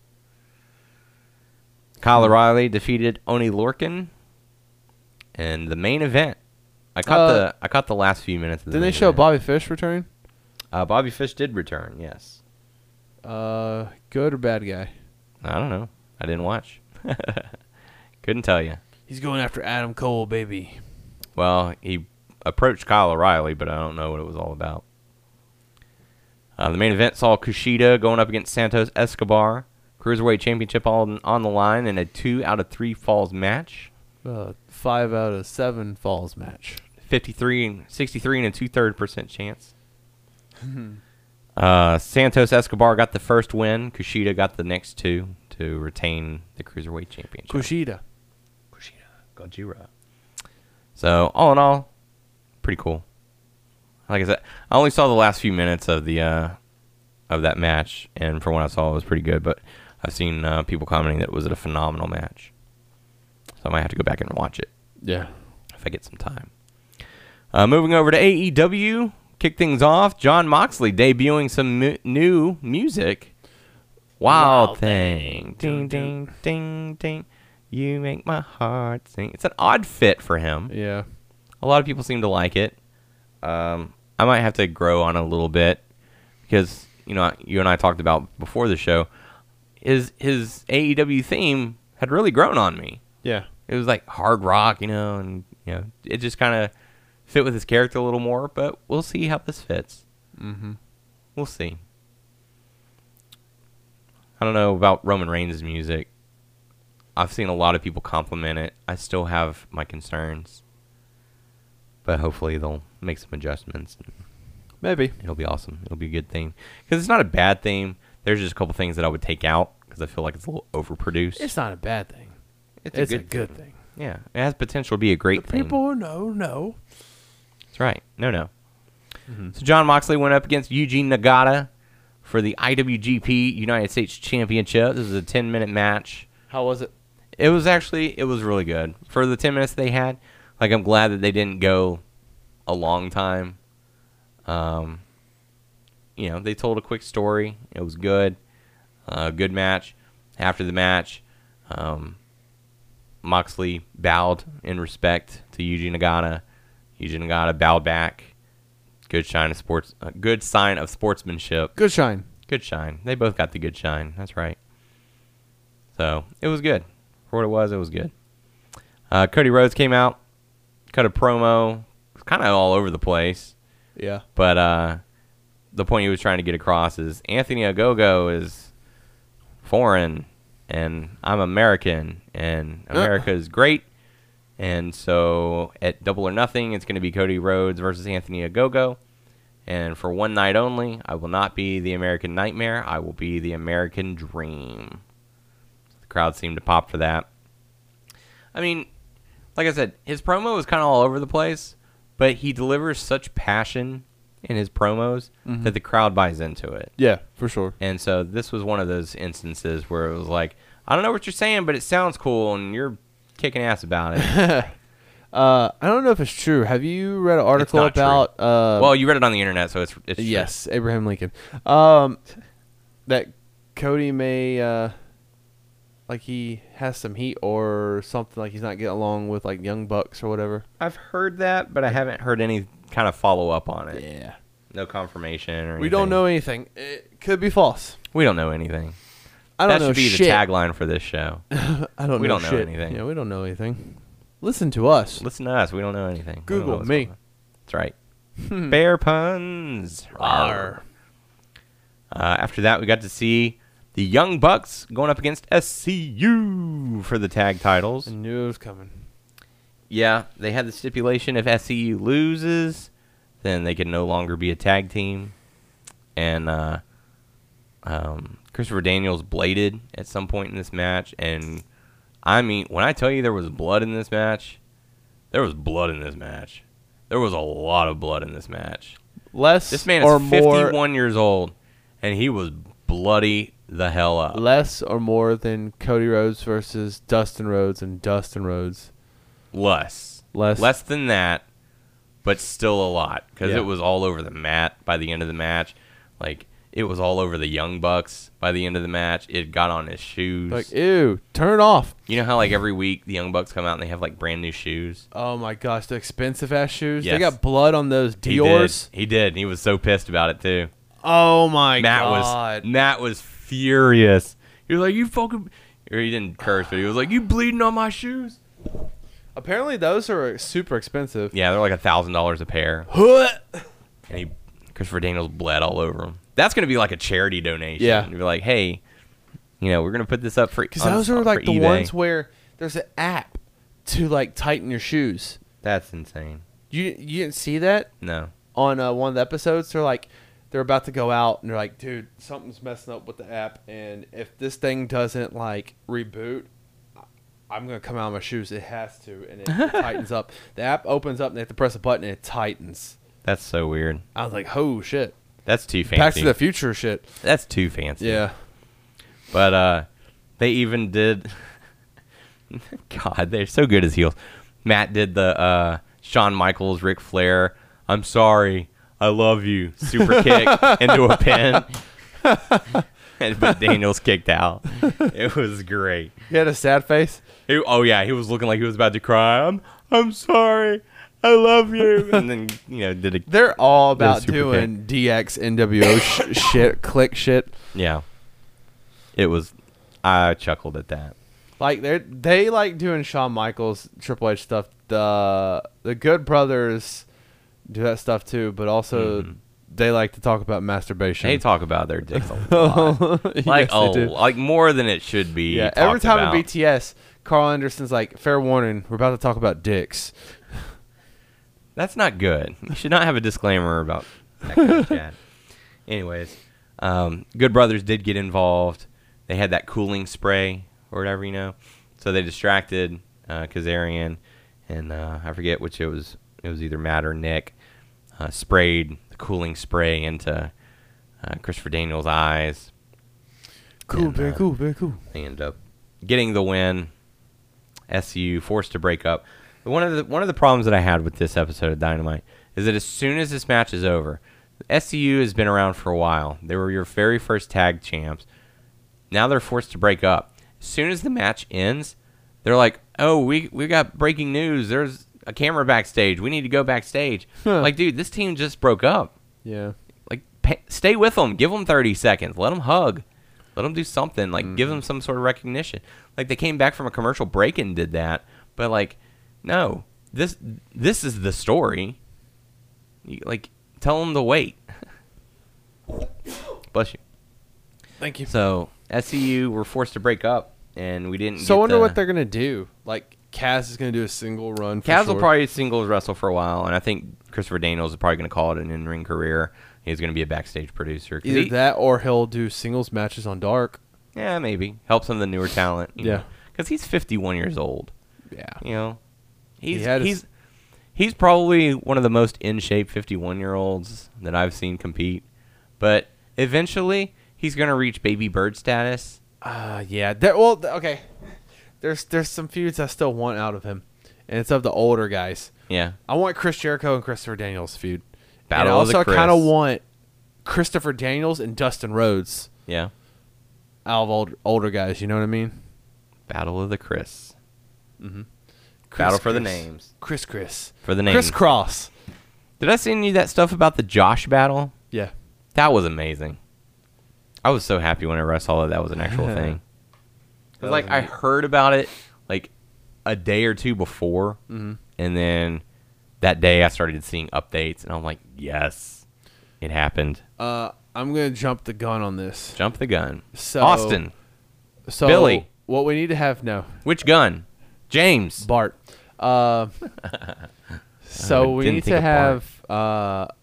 S4: Kyle
S5: Hmm.
S4: O'Reilly defeated Oni Lorkin. And the main event. I caught
S5: Uh,
S4: the I caught the last few minutes of the
S5: Didn't they
S4: main
S5: show
S4: event.
S5: Bobby Fish returning?
S4: Uh, Bobby Fish did return, yes.
S5: Uh, good or bad guy?
S4: I don't know. I didn't watch. Couldn't tell you.
S5: He's going after Adam Cole, baby.
S4: Well, he approached Kyle O'Reilly, but I don't know what it was all about. Uh, the main event saw Kushida going up against Santos Escobar. Cruiserweight Championship on, on the line in a two out of three falls match.
S5: Uh, five out of seven falls match.
S4: 53 and 63 and a two third percent chance. uh, Santos Escobar got the first win. Kushida got the next two to retain the Cruiserweight Championship.
S5: Kushida.
S4: Gojira. So all in all, pretty cool. Like I said, I only saw the last few minutes of the uh, of that match, and from what I saw, it was pretty good. But I've seen uh, people commenting that it was a phenomenal match, so I might have to go back and watch it
S5: Yeah.
S4: if I get some time. Uh, moving over to AEW, kick things off. John Moxley debuting some mu- new music. Wild, thing. Ding, ding, ding, ding. You make my heart sing. It's an odd fit for him.
S5: Yeah.
S4: A lot of people seem to like it. Um, I might have to grow on it a little bit because you know you and I talked about before the show. His his AEW theme had really grown on me
S5: Yeah.
S4: it was like hard rock, you know, and you know, it just kind of fit with his character a little more. But we'll see how this fits. Mm-hmm. We'll see. I don't know about Roman Reigns' music. I've seen a lot of people compliment it. I still have my concerns, but hopefully they'll make some adjustments. And
S5: Maybe.
S4: it'll be awesome. It'll be a good theme because it's not a bad theme. There's just a couple things that I would take out because I feel like it's a little overproduced.
S5: It's not a bad thing. It's, a, good thing.
S4: Yeah, it has potential to be a great thing.
S5: People know, no.
S4: That's right. No, no. So John Moxley went up against Eugene Nagata for the IWGP United States Championship. This was a 10-minute match.
S5: How was it?
S4: It was actually it was really good for the 10 minutes they had. Like I'm glad that they didn't go a long time. Um, you know, they told a quick story. It was good. Uh, good match. After the match, um, Moxley bowed in respect to Yuji Nagata. Yuji Nagata bowed back. Good shine of sports. Uh, good sign of sportsmanship.
S5: Good shine.
S4: Good shine. They both got the good shine. That's right. So it was good. For what it was, it was good. Uh, Cody Rhodes came out, cut a promo, kind of all over the place.
S5: Yeah.
S4: But uh, the point he was trying to get across is Anthony Ogogo is foreign, and I'm American, and America is great. And so at Double or Nothing, it's going to be Cody Rhodes versus Anthony Ogogo. And for one night only, I will not be the American Nightmare. I will be the American Dream. The crowd seemed to pop for that. I mean, like I said, his promo was kind of all over the place, but he delivers such passion in his promos
S5: Mm-hmm.
S4: that the crowd buys into it.
S5: Yeah, for sure.
S4: And so this was one of those instances where it was like, I don't know what you're saying, but it sounds cool, and you're kicking ass about it.
S5: Uh, I don't know if it's true. Have you read an article
S4: not true.
S5: about uh,
S4: well, you read it on the internet, so it's, it's true.
S5: yes, Abraham Lincoln. Um, that Cody may uh, like he has some heat or something like he's not getting along with like young bucks or whatever.
S4: I've heard that, but I haven't heard any kind of follow up on it.
S5: Yeah.
S4: No confirmation or anything.
S5: We don't know anything. It could be false.
S4: We don't know anything.
S5: I
S4: that
S5: don't know
S4: should be
S5: shit.
S4: the tagline for this show.
S5: I don't
S4: We
S5: know
S4: don't know
S5: shit.
S4: anything.
S5: Yeah, we don't know anything. Listen to us.
S4: Listen to us. We don't know anything. We don't know
S5: Google
S4: what's
S5: me. Hmm.
S4: going on. That's right. Bear puns.
S5: Arr.
S4: Uh, after that, we got to see the Young Bucks going up against SCU for the tag titles.
S5: I knew it was coming.
S4: Yeah, they had the stipulation if SCU loses, then they can no longer be a tag team. And uh, um, Christopher Daniels bladed at some point in this match. And I mean, when I tell you there was blood in this match, there was blood in this match. There was a lot of blood in this match.
S5: Less
S4: This man
S5: or
S4: is 51
S5: more,
S4: years old, and he was bloody the hell up.
S5: less or more than Cody Rhodes versus Dustin Rhodes and Dustin Rhodes.
S4: less
S5: Less.
S4: less than that but still a lot because
S5: Yeah.
S4: it was all over the mat by the end of the match like it was all over the young bucks by the end of the match it got on his shoes
S5: Like, ew, turn it off.
S4: you know how like every week the young bucks come out and they have like brand new shoes
S5: Oh my gosh, the expensive ass shoes. They
S4: Yes.
S5: got blood on those
S4: he
S5: Dior's.
S4: did he did and he was so pissed about it too
S5: Oh my
S4: Matt
S5: god.
S4: was Matt was furious he was like you fucking or he didn't curse but he was like you bleeding on my shoes
S5: Apparently those are super expensive.
S4: yeah they're like a thousand dollars a pair and he Christopher Daniels bled all over him. That's gonna be like a charity donation.
S5: Yeah.
S4: you're like, hey, you know, we're gonna put this up for
S5: Because
S4: on-
S5: those are
S4: for
S5: like the
S4: eBay."
S5: ones where there's an app to like tighten your shoes.
S4: That's insane.
S5: You you didn't see that
S4: No,
S5: on uh, one of the episodes? They're like they're about to go out and they're like, dude, something's messing up with the app, and if this thing doesn't like reboot, I'm gonna come out of my shoes. It has to, and it tightens up. The app opens up and they have to press a button and it tightens.
S4: that's so weird.
S5: I was like, oh shit,
S4: That's too
S5: Back to
S4: fancy.
S5: the Future shit.
S4: that's too fancy.
S5: Yeah,
S4: But uh, they even did. God, they're so good as heels. Matt did the uh, Shawn Michaels, Ric Flair. I'm sorry, I love you. Super kick into a pin. And- but Daniels kicked out. It was great.
S5: he had a sad face.
S4: He, oh yeah, he was looking like he was about to cry. I'm, I'm sorry. I love you. and then you know did a
S5: They're all about
S4: super
S5: doing DX NWO sh- shit, click shit.
S4: yeah. It was. I chuckled at that.
S5: Like they are they like doing Shawn Michaels Triple H stuff. The the Good Brothers do that stuff too, but also they like to talk about masturbation.
S4: Mm-hmm. They talk about their dicks a lot, like
S5: Yes,
S4: oh,
S5: they do.
S4: like more than it should be.
S5: yeah. Every
S4: talked
S5: time
S4: about.
S5: in BTS, Carl Anderson's like, "Fair warning, we're about to talk about dicks."
S4: That's not good. You should not have a disclaimer about that kind of chat. Anyways, um, Good Brothers did get involved. They had that cooling spray or whatever, you know. So they distracted uh, Kazarian, and uh, I forget which it was. It was either Matt or Nick. Uh, sprayed the cooling spray into uh, Christopher Daniels' eyes.
S5: Cool,
S4: And,
S5: very
S4: uh,
S5: cool, very cool.
S4: They ended up getting the win. SU forced to break up. One of the one of the problems that I had with this episode of Dynamite is that as soon as this match is over, SU has been around for a while. They were your very first tag champs. Now they're forced to break up. As soon as the match ends, They're like, "Oh, we we got breaking news. There's a camera backstage. We need to go backstage."
S5: Huh.
S4: Like, dude, this team just broke up.
S5: Yeah.
S4: Like, pa stay with them. Give them 30 seconds. Let them hug. Let them do something. Like,
S5: Mm.
S4: give them some sort of recognition. Like, they came back from a commercial break and did that. But like, no, this this is the story. You, like, tell them to wait. Bless you.
S5: Thank you. So,
S4: So SCU were forced to break up, and we didn't.
S5: I
S4: get
S5: wonder
S4: the-
S5: what they're gonna do. Like Cass is gonna do a single run. For
S4: Cavs
S5: sure.
S4: will probably singles wrestle for a while, and I think Christopher Daniels is probably going to call it an in-ring career. He's going to be a backstage producer. 'Cause
S5: either
S4: he-
S5: that or he'll do singles matches on Dark.
S4: yeah, maybe help some of the newer talent.
S5: Yeah.
S4: because he's 51 years old.
S5: Yeah.
S4: You know, he's
S5: had his-
S4: he's he's probably one of the most in shape 51 year olds that I've seen compete. But eventually, he's going to reach baby bird status.
S5: Uh, yeah. There, well, th- okay. There's there's some feuds I still want out of him, and it's of the older guys.
S4: Yeah,
S5: I want Chris Jericho and Christopher Daniels feud.
S4: Battle
S5: and I
S4: of the
S5: also kind of
S4: Chris.
S5: want Christopher Daniels and Dustin Rhodes
S4: yeah.
S5: out of old, older guys. You know what I mean?
S4: Battle of the Chris.
S5: Chris,
S4: Battle for the
S5: Chris.
S4: names.
S5: Chris Chris
S4: For the names.
S5: Chris Cross.
S4: Did I send you that stuff about the Josh battle?
S5: Yeah.
S4: That was amazing. I was so happy whenever I saw that that was an actual thing. 'Cause, like I heard about it like a day or two before,
S5: Mm-hmm.
S4: and then that day I started seeing updates, and I'm like, yes, it happened.
S5: Uh, I'm gonna jump the gun on this.
S4: Jump the gun,
S5: So-
S4: Austin.
S5: So
S4: Billy.
S5: what we need to have no
S4: Which gun? James.
S5: Bart. Uh, so we
S4: didn't
S5: need
S4: think
S5: to
S4: of Bart.
S5: have uh,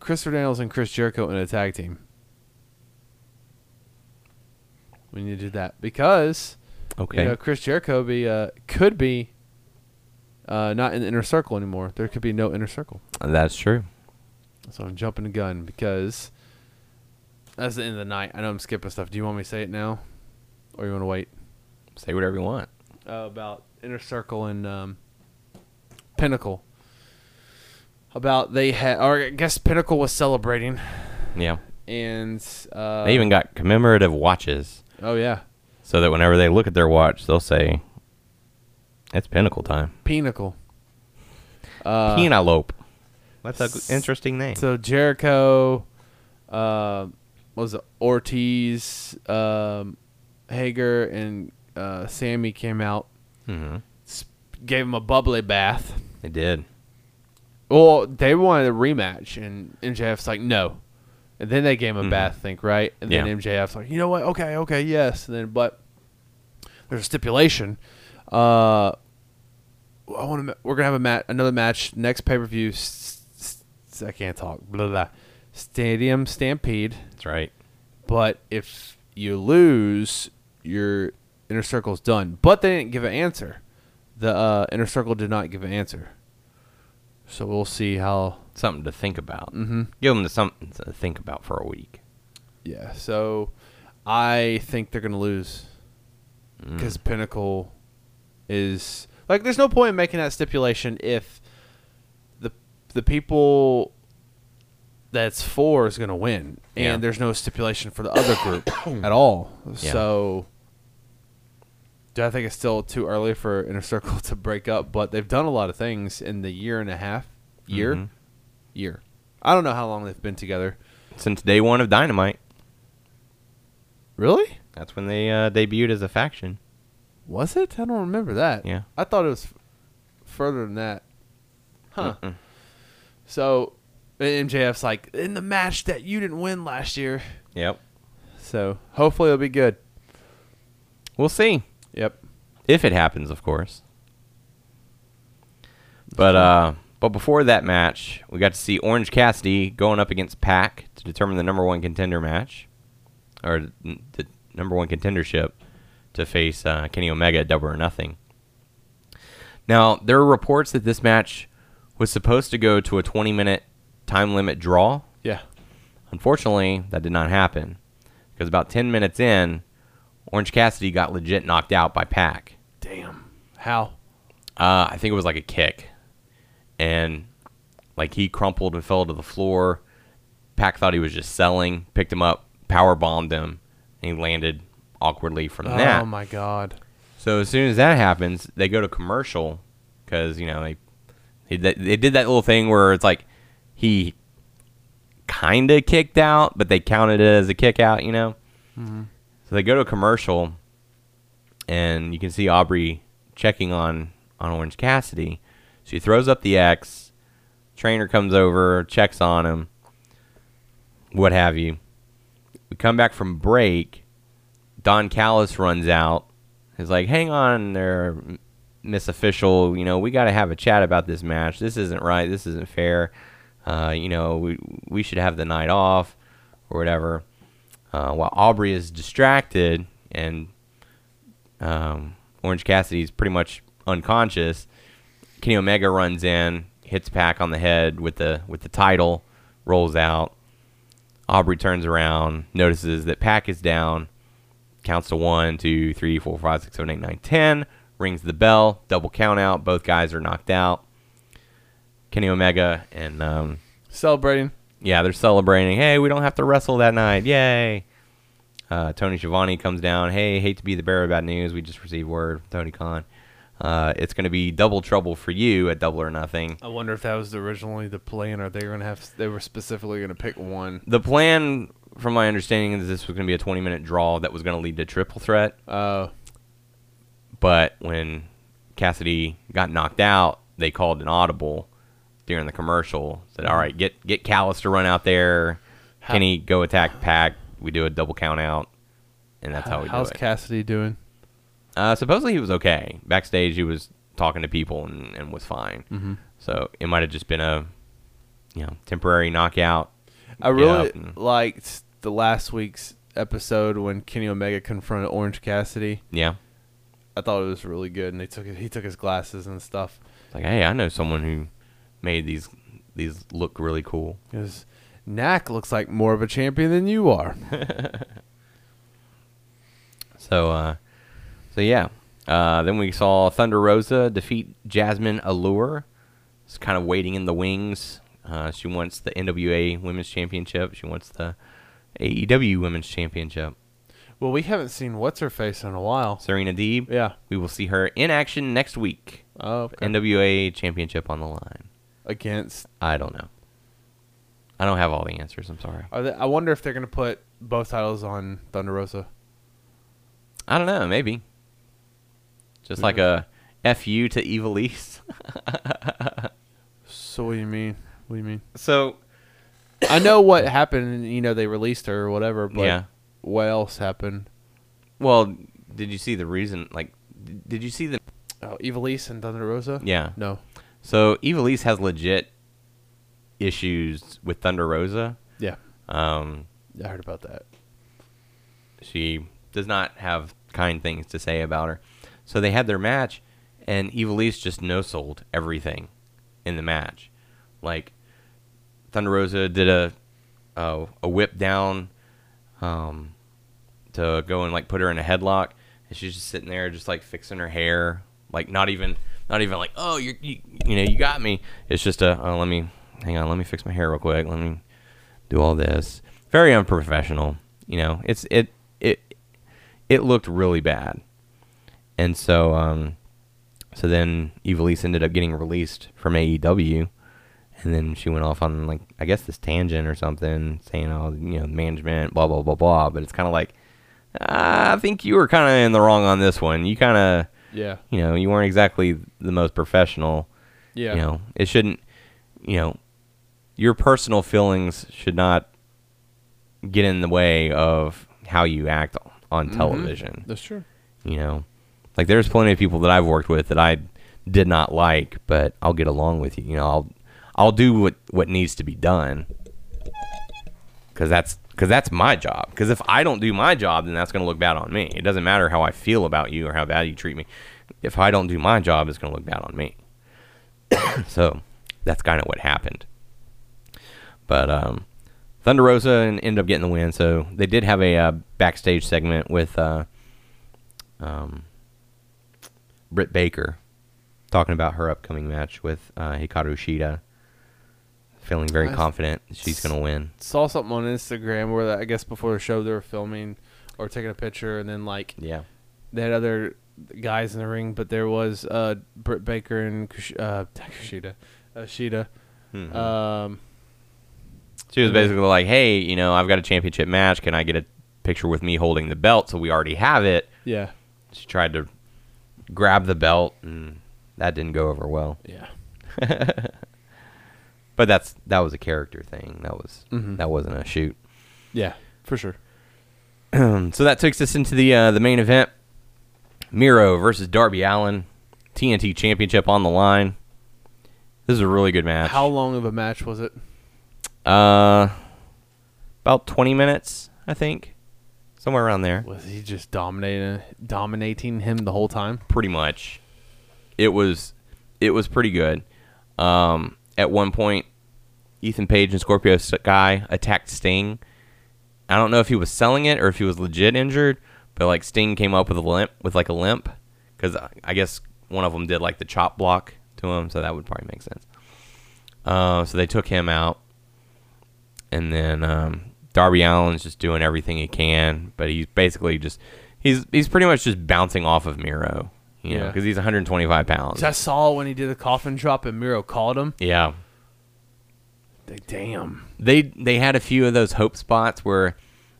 S5: Christopher Daniels and Chris Jericho in a tag team. We need to do that because
S4: Okay.
S5: you know Chris Jericho be uh, could be uh, not in the inner circle anymore. There could be no inner circle.
S4: That's true.
S5: So I'm jumping the gun because that's the end of the night. I know I'm skipping stuff. Do you want me to say it now, or you want to wait?
S4: Say whatever you want.
S5: uh, about Inner Circle and um, Pinnacle. About they had, or I guess Pinnacle was celebrating,
S4: Yeah.
S5: and uh,
S4: They even got commemorative watches.
S5: oh yeah,
S4: so that whenever they look at their watch, they'll say, "It's pinnacle time."
S5: Pinnacle.
S4: Penelope. Uh, That's an interesting name.
S5: So Jericho, uh, what was it Ortiz, um, Hager, and uh, Sammy came out,
S4: hmm
S5: sp- gave him a bubbly bath.
S4: It did.
S5: Well, they wanted a rematch, and MJF's like, no. And then they gave him a bath, think, right? And then
S4: Yeah.
S5: MJF's like, you know what? Okay, okay, yes. And then, but there's a stipulation. Uh, I want to. We're gonna have a mat, another match next pay per view. S- s- s- I can't talk. Blah blah. Stadium Stampede.
S4: That's right.
S5: But if you lose, your inner circle's done. But they didn't give an answer. The uh, inner circle did not give an answer. So we'll see how.
S4: Something to think about. Mm-hmm. Give them something to think about for a week.
S5: Yeah. So I think they're gonna lose
S4: Mm.
S5: because Pinnacle is like. There's no point in making that stipulation if the the people that's for is gonna win, and
S4: Yeah.
S5: there's no stipulation for the other group at all.
S4: Yeah.
S5: So. Do I think it's still too early for Inner Circle to break up? But they've done a lot of things in the year and a half, year,
S4: Mm-hmm.
S5: year. I don't know how long they've been together.
S4: Since day one of Dynamite,
S5: Really?
S4: that's when they uh, debuted as a faction.
S5: Was it? I don't remember that.
S4: Yeah.
S5: I thought it was f- further than that. Huh. So and MJF's like in the match that you didn't win last year.
S4: Yep.
S5: So hopefully it'll be good.
S4: We'll see
S5: Yep.
S4: if it happens, of course. But uh, but before that match, we got to see Orange Cassidy going up against Pac to determine the number one contender match, or n- the number one contendership to face uh, Kenny Omega at Double or Nothing. Now there are reports that this match was supposed to go to a 20-minute time limit draw.
S5: Yeah.
S4: Unfortunately, that did not happen because about 10 minutes in, Orange Cassidy got legit knocked out by Pac.
S5: Damn. How?
S4: Uh, I think it was like a kick, and like he crumpled and fell to the floor. Pac thought he was just selling, picked him up, power bombed him, and he landed awkwardly from that.
S5: Oh my god.
S4: So as soon as that happens, they go to commercial because you know they they, did- they did that little thing where it's like he kind of kicked out, but they counted it as a kick out, you know. So they go to commercial, and you can see Aubrey checking on on Orange Cassidy. She throws up the X. Trainer comes over, checks on him, what have you. We come back from break. Don Callis runs out. He's like, "Hang on, there, M- Miss Official. You know, we got to have a chat about this match. This isn't right. This isn't fair. Uh, you know, we we should have the night off, or whatever." Uh, while Aubrey is distracted and um, Orange Cassidy's pretty much unconscious, Kenny Omega runs in, hits Pac on the head with the with the title, rolls out. Aubrey turns around, notices that Pac is down, counts to one, two, three, four, five, six, seven, eight, nine, ten. Rings the bell, double count out. Both guys are knocked out. Kenny Omega and um,
S5: Celebrating.
S4: yeah, they're celebrating. Hey, we don't have to wrestle that night. Yay. Uh, Tony Schiavone comes down. Hey, hate to be the bearer of bad news. We just received word from Tony Khan. Uh, it's going to be double trouble for you at double or nothing.
S5: I wonder if that was originally the plan, or they were gonna have. They were specifically gonna pick one.
S4: The plan, from my understanding, is this was going to be a 20 minute draw that was going to lead to triple threat.
S5: Oh,
S4: But when Cassidy got knocked out, they called an audible during the commercial. Said, "All right, get get Callis to run out there. Kenny go attack Pack. We do a double count out, and that's how we
S5: how's
S4: do it."
S5: Cassidy doing?
S4: uh, supposedly he was okay backstage. He was talking to people and, and was fine. So it might have just been a you know temporary knockout.
S5: I
S4: Get
S5: really
S4: up and-
S5: liked the last week's episode when Kenny Omega confronted Orange Cassidy.
S4: Yeah,
S5: I thought it was really good, and they took it, he took his glasses and stuff.
S4: It's like hey, I know someone who made these these look really cool.
S5: Because Knack looks like more of a champion than you are.
S4: So, uh, so yeah. Uh, then we saw Thunder Rosa defeat Jasmine Allure. It's kind of waiting in the wings. Uh, she wants the NWA Women's Championship. She wants the AEW Women's Championship.
S5: well, we haven't seen what's her face in a while.
S4: Serena Deeb.
S5: Yeah.
S4: We will see her in action next week.
S5: Oh, okay.
S4: NWA Championship on the line.
S5: against.
S4: I don't know. I don't have all the answers. I'm sorry.
S5: Are they, I wonder if they're gonna put both titles on Thunder Rosa.
S4: I don't know. Maybe. Just like
S5: Mm-hmm.
S4: a fu to Evil East.
S5: So what do you mean? What do you mean?
S4: so
S5: I know what happened. and, You know they released her or whatever. But
S4: Yeah.
S5: What else happened?
S4: Well, did you see the reason? Like, d- did you see the?
S5: Oh, Evilise and Thunder Rosa.
S4: Yeah.
S5: No.
S4: So Evilise has legit issues with Thunder Rosa.
S5: Yeah.
S4: Um,
S5: I heard about that.
S4: she does not have kind things to say about her. So they had their match, and Evilise just no sold everything in the match. Like Thunder Rosa did a a, a whip down um, to go and like put her in a headlock, and she's just sitting there, just like fixing her hair, like not even not even like oh you're, you you know you got me. It's just a oh let me hang on let me fix my hair real quick let me do all this. Very unprofessional. You know, it's it it it looked really bad. And so um so then Evilise ended up getting released from AEW and then she went off on like I guess this tangent or something saying oh you know management blah blah blah blah but it's kind of like ah, I think you were kind of in the wrong on this one. You kind of
S5: Yeah.
S4: you know, you weren't exactly the most professional
S5: Yeah.
S4: you know it shouldn't you know your personal feelings should not get in the way of how you act on television
S5: That's true.
S4: you know like there's plenty of people that I've worked with that I did not like but I'll get along with you you know I'll I'll do what what needs to be done cuz that's cuz that's my job cuz if I don't do my job then that's going to look bad on me it doesn't matter how I feel about you or how bad you treat me if I don't do my job it's going to look bad on me so that's kind of what happened but um Thunder Rosa and ended up getting the win so they did have a uh, backstage segment with uh um, Britt Baker talking about her upcoming match with uh, Hikaru Shida. Feeling very
S5: I-
S4: confident she's going to win.
S5: Saw something on Instagram where I guess before the show they were filming or taking a picture, and then like
S4: Yeah.
S5: they had other guys in the ring, but there was uh, Britt Baker and Kush- uh, Kushida, uh, Shida.
S4: Mm-hmm.
S5: Um,
S4: She was basically like, "Hey, you know, I've got a championship match. Can I get a picture with me holding the belt so we already have it?"
S5: yeah,
S4: She tried to grab the belt, and that didn't go over well.
S5: yeah.
S4: But that's that was a character thing. That was that wasn't a shoot.
S5: Yeah, for sure.
S4: So that takes us into the uh, the main event: Miro versus Darby Allen, TNT Championship on the line. This is a really good match.
S5: How long of a match was it?
S4: Uh, about twenty minutes, I think, somewhere around there.
S5: Was he just dominating dominating him the whole time?
S4: pretty much. It was it was pretty good. Um, at one point, Ethan Page and Scorpio Sky attacked Sting. I don't know if he was selling it or if he was legit injured, but like Sting came up with a limp with like a limp because I guess one of them did like the chop block to him, so that would probably make sense. Uh, so they took him out, and then um, Darby Allen's just doing everything he can, but he's basically just he's he's pretty much just bouncing off of Miro, you know,
S5: Yeah.
S4: because he's 125 pounds.
S5: I saw when he did the coffin drop and Miro called him.
S4: yeah,
S5: Like, Damn.
S4: they they had a few of those hope spots where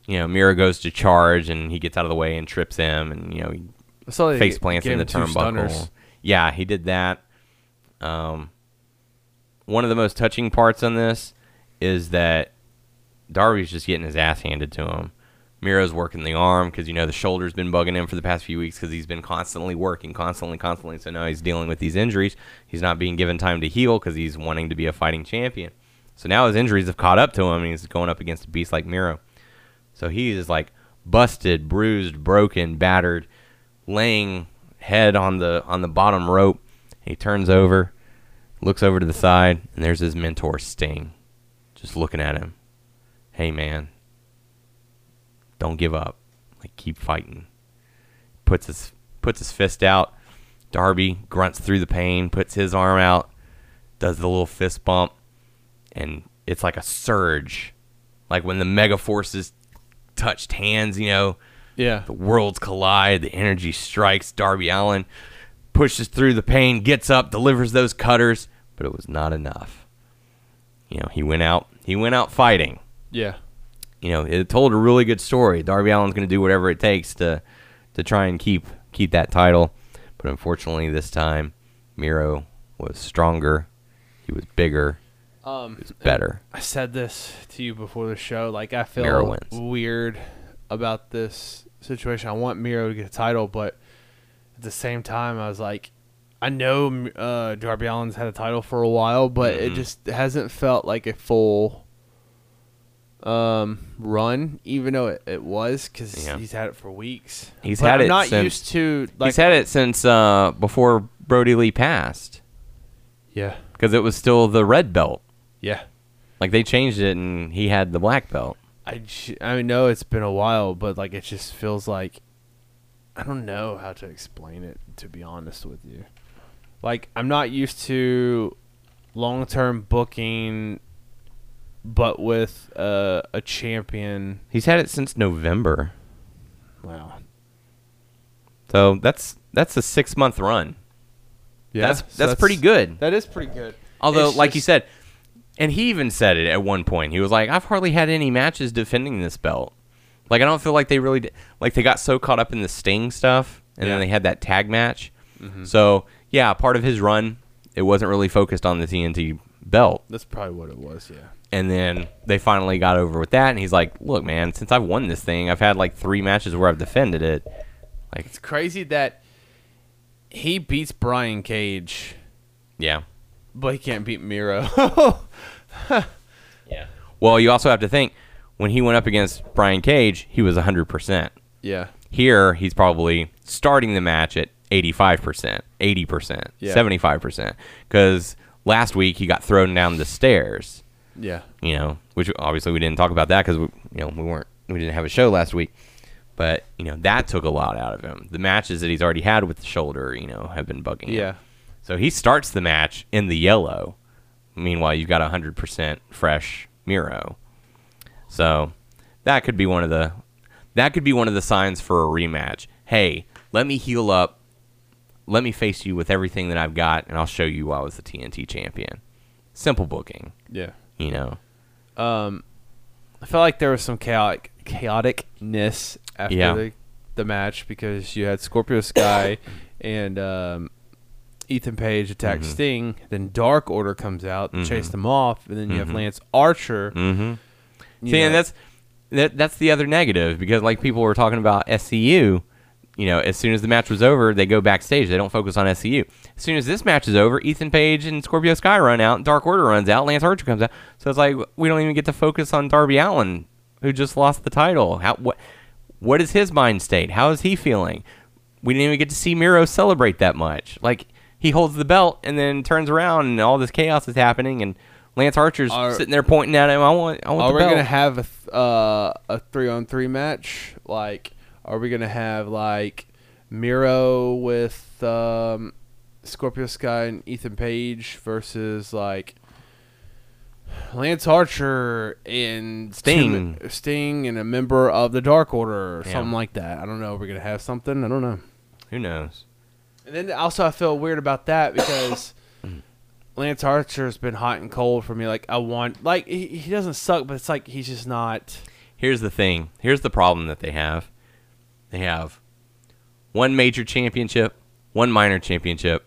S4: you know Miro goes to charge and he gets out of the way and trips him, and you know he
S5: I saw they
S4: face
S5: g-
S4: plants
S5: gave
S4: in the
S5: him two
S4: turnbuckle.
S5: stunners.
S4: Yeah, he did that. Um, one of the most touching parts on this is that Darby's just getting his ass handed to him. Miro's working the arm because you know the shoulder's been bugging him for the past few weeks because he's been constantly working, constantly, constantly. So now he's dealing with these injuries. He's not being given time to heal because he's wanting to be a fighting champion. So now his injuries have caught up to him, and he's going up against a beast like Miro. So he is like busted, bruised, broken, battered, laying head on the on the bottom rope. He turns over, looks over to the side, and there's his mentor Sting, just looking at him. Hey man, don't give up. Like keep fighting. Puts his puts his fist out. Darby grunts through the pain, puts his arm out, does the little fist bump, and it's like a surge. Like when the mega forces touched hands, you know,
S5: Yeah.
S4: the worlds collide, the energy strikes. Darby Allen pushes through the pain, gets up, delivers those cutters, but it was not enough. You know, he went out, he went out fighting
S5: Yeah.
S4: you know, it told a really good story. Darby Allen's going to do whatever it takes to to try and keep keep that title, but unfortunately this time Miro was stronger. He was bigger.
S5: Um,
S4: he was better.
S5: I said this to you before the show. Like I
S4: Miro
S5: feel
S4: wins.
S5: weird about this situation. I want Miro to get a title, but at the same time, I was like, I know uh, Darby Allen's had a title for a while, but
S4: Mm-hmm.
S5: it just hasn't felt like a full um, run, even though it, it was because
S4: Yeah.
S5: he's had it for weeks.
S4: He's
S5: But
S4: had
S5: I'm
S4: it
S5: not
S4: since-
S5: used to like
S4: He's had it since uh, before Brody Lee passed
S5: yeah
S4: because it was still the red belt.
S5: yeah.
S4: Like they changed it and he had the black belt.
S5: I, j- I know it's been a while, but like it just feels like I don't know how to explain it to be honest with you. Like I'm not used to long-term booking but with uh, a champion.
S4: He's had it since November.
S5: Wow.
S4: So that's that's a 6 month run.
S5: Yeah.
S4: that's
S5: so
S4: that's, pretty good.
S5: That is pretty good.
S4: Although,
S5: It's
S4: like you
S5: just-
S4: said, and he even said it at one point. He was like, "I've hardly had any matches defending this belt. Like, I don't feel like they really did. like they got so caught up in the Sting stuff, and then
S5: Yeah. Mm-hmm.
S4: they had that tag match. So yeah, part of his run, it wasn't really focused on the TNT belt,
S5: that's probably what it was, yeah.
S4: and then they finally got over with that. And he's like, "Look, man, since I've won this thing, I've had like three matches where I've defended it. Like,
S5: It's crazy that he beats Brian Cage,
S4: yeah."
S5: but he can't beat Miro.
S4: Yeah. Well, you also have to think when he went up against Brian Cage, he was 100%.
S5: yeah.
S4: Here, he's probably starting the match at 85%, 80%,
S5: Yeah.
S4: 75%. Because last week he got thrown down the stairs,
S5: Yeah.
S4: you know, which obviously we didn't talk about that because, you know, we weren't, we didn't have a show last week. But, you know, that took a lot out of him. The matches that he's already had with the shoulder, you know, have been bugging him.
S5: Yeah.
S4: So he starts the match in the yellow. Meanwhile, you've got a 100% fresh Miro. So that could be one of the that could be one of the signs for a rematch. Hey, let me heal up let me face you with everything that I've got, and I'll show you why I was the TNT champion. Simple booking,
S5: Yeah.
S4: you know.
S5: Um, I felt like there was some chaotic chaoticness after
S4: Yeah.
S5: the, the match because you had Scorpio Sky and um, Ethan Page attack
S4: Mm-hmm.
S5: Sting. Then Dark Order comes out to chase them off, and then you have Lance Archer. you
S4: Mm-hmm. See,
S5: know.
S4: and that's that, that's the other negative because like people were talking about SCU. You know, as soon as the match was over, they go backstage. They don't focus on SCU. As soon as this match is over, Ethan Page and Scorpio Sky run out, Dark Order runs out, Lance Archer comes out. So it's like we don't even get to focus on Darby Allen, who just lost the title. How what what is his mind state? How is he feeling? We didn't even get to see Miro celebrate that much. Like he holds the belt and then turns around, and all this chaos is happening, and Lance Archer's
S5: Are-
S4: sitting there pointing at him. I want, I want
S5: Are
S4: the
S5: we
S4: belt.
S5: gonna have a th- uh, a three on three match? Like, are we gonna have like Miro with um, Scorpio Sky and Ethan Page versus like Lance Archer and two
S4: Sting.
S5: me- Sting and a member of the Dark Order or
S4: Yeah.
S5: something like that? I don't know. We're we gonna have something. I don't know.
S4: Who knows?
S5: And then also, I feel weird about that because Lance Archer's been hot and cold for me. Like, I want like he, he doesn't suck, but it's like he's just not.
S4: Here's the thing. Here's the problem that they have. They have one major championship, one minor championship,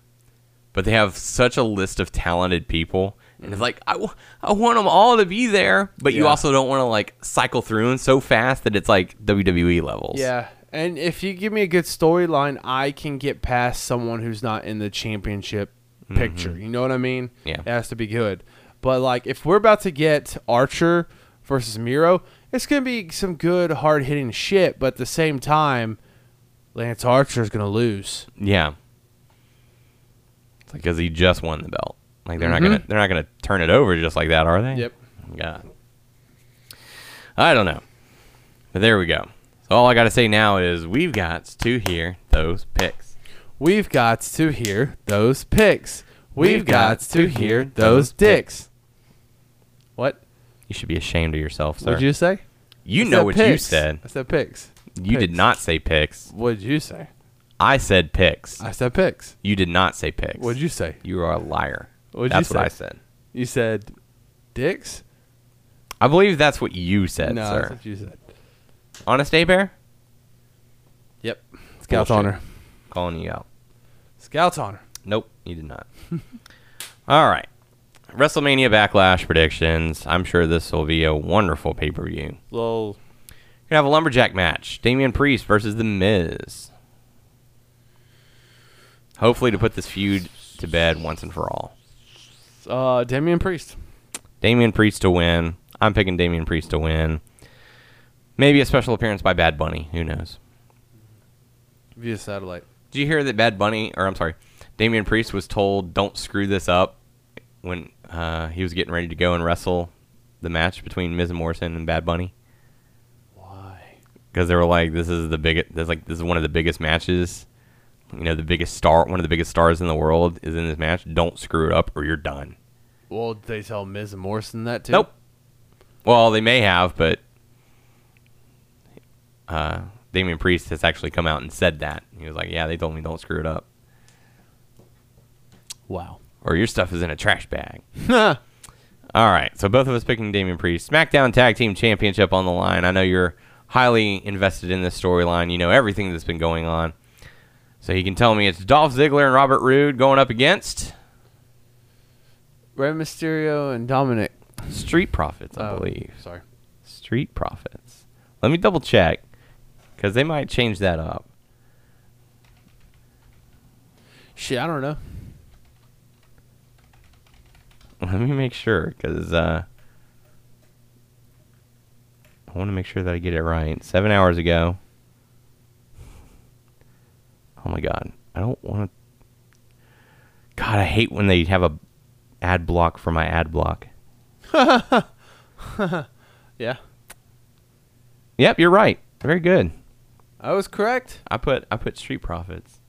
S4: but they have such a list of talented people. And it's like, I, w- I want them all to be there, but you
S5: Mm-hmm. Yeah.
S4: also don't want to like cycle through and so fast that it's like WWE levels.
S5: Yeah, and if you give me a good storyline, I can get past someone who's not in the championship picture. You know what I mean?
S4: Yeah.
S5: it has to be good. But like, if we're about to get Archer versus Miro, it's gonna be some good hard hitting shit. But at the same time, Lance Archer's gonna lose.
S4: Yeah. It's like because he just won the belt. Like they're not gonna they're not gonna turn it over just like that, are they?
S5: Mm-hmm. Yep.
S4: God. I don't know. But there we go. So all I gotta say now is we've got to hear those picks.
S5: We've got to hear those picks. We've, got, to hear those dicks. What
S4: You should be ashamed of yourself, sir.
S5: would you say?
S4: You
S5: I
S4: know
S5: said
S4: what you
S5: picks.
S4: said.
S5: I said picks.
S4: You did
S5: Picks.
S4: not say picks.
S5: What did you say?
S4: I said picks.
S5: I said picks.
S4: You did not say picks.
S5: What did you say?
S4: You are a liar.
S5: What'd you
S4: that's what
S5: say?
S4: I said.
S5: You said dicks?
S4: I believe that's what you said,
S5: no, that's
S4: sir.
S5: what you said.
S4: Honest A Bear?
S5: Yep. Scout's
S4: Bullshit.
S5: honor.
S4: Calling you out.
S5: Scout's honor.
S4: Nope, you did not. All right. WrestleMania Backlash predictions. I'm sure this will be a wonderful pay per view.
S5: Lol.
S4: Gonna have a lumberjack match: Damian Priest versus The Miz. Hopefully, to put this feud to bed once and for all.
S5: Uh, Damian Priest.
S4: Damian Priest to win. I'm picking Damian Priest to win. Maybe a special appearance by Bad Bunny. Who knows?
S5: Via satellite.
S4: Did you hear that Bad Bunny, or I'm sorry, Damian Priest was told don't screw this up when uh, he was getting ready to go and wrestle the match between Miz and Morrison and Bad Bunny?
S5: Why?
S4: because they were like, "This is the biggest. This like this is one of the biggest matches. You know, the biggest star, one of the biggest stars in the world is in this match. Don't screw it up, or you're done."
S5: Well, did they tell Miz and Morrison that too?
S4: Nope. Well, they may have, but uh, Damian Priest has actually come out and said that he was like, "Yeah, they told me don't screw it up,
S5: Wow.
S4: or your stuff is in a trash bag."
S5: Huh.
S4: All right, so both of us picking Damian Priest. SmackDown Tag Team Championship on the line. I know you're highly invested in this storyline. You know everything that's been going on. So you can tell me it's Dolph Ziggler and Robert Roode going up against
S5: Rey Mysterio and Dominic.
S4: Street Profits, I
S5: Oh,
S4: believe.
S5: Sorry.
S4: Street Profits. Let me double check because they might change that up.
S5: Shit, I don't know.
S4: Let me make sure because uh, I want to make sure that I get it right. Seven hours ago. Oh my god, I don't want to. God, I hate when they have a ad block for my ad block.
S5: Yeah.
S4: Yep, you're right. Very good.
S5: I was correct.
S4: I put I put Street Profits.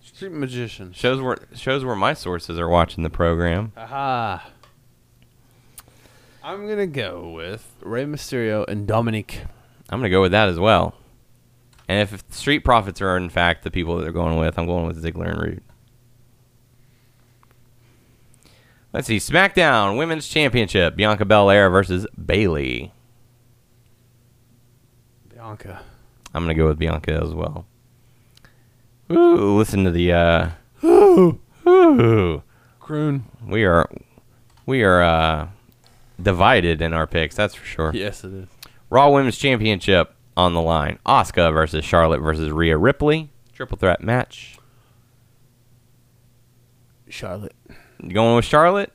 S5: Street magician.
S4: Shows where shows where my sources are watching the program.
S5: Aha. I'm gonna go with Rey Mysterio and Dominic.
S4: I'm gonna go with that as well. And if Street Profits are in fact the people that they're going with, I'm going with Ziggler and Rude. Let's see. SmackDown Women's Championship: Bianca Belair versus Bailey.
S5: Bianca.
S4: I'm gonna go with Bianca as well. Ooh, listen to the uh, ooh.
S5: Croon.
S4: We are we are uh, divided in our picks. That's for sure.
S5: Yes, it is.
S4: Raw Women's Championship on the line. Oscar versus Charlotte versus Rhea Ripley. Triple threat match.
S5: Charlotte.
S4: You going with Charlotte?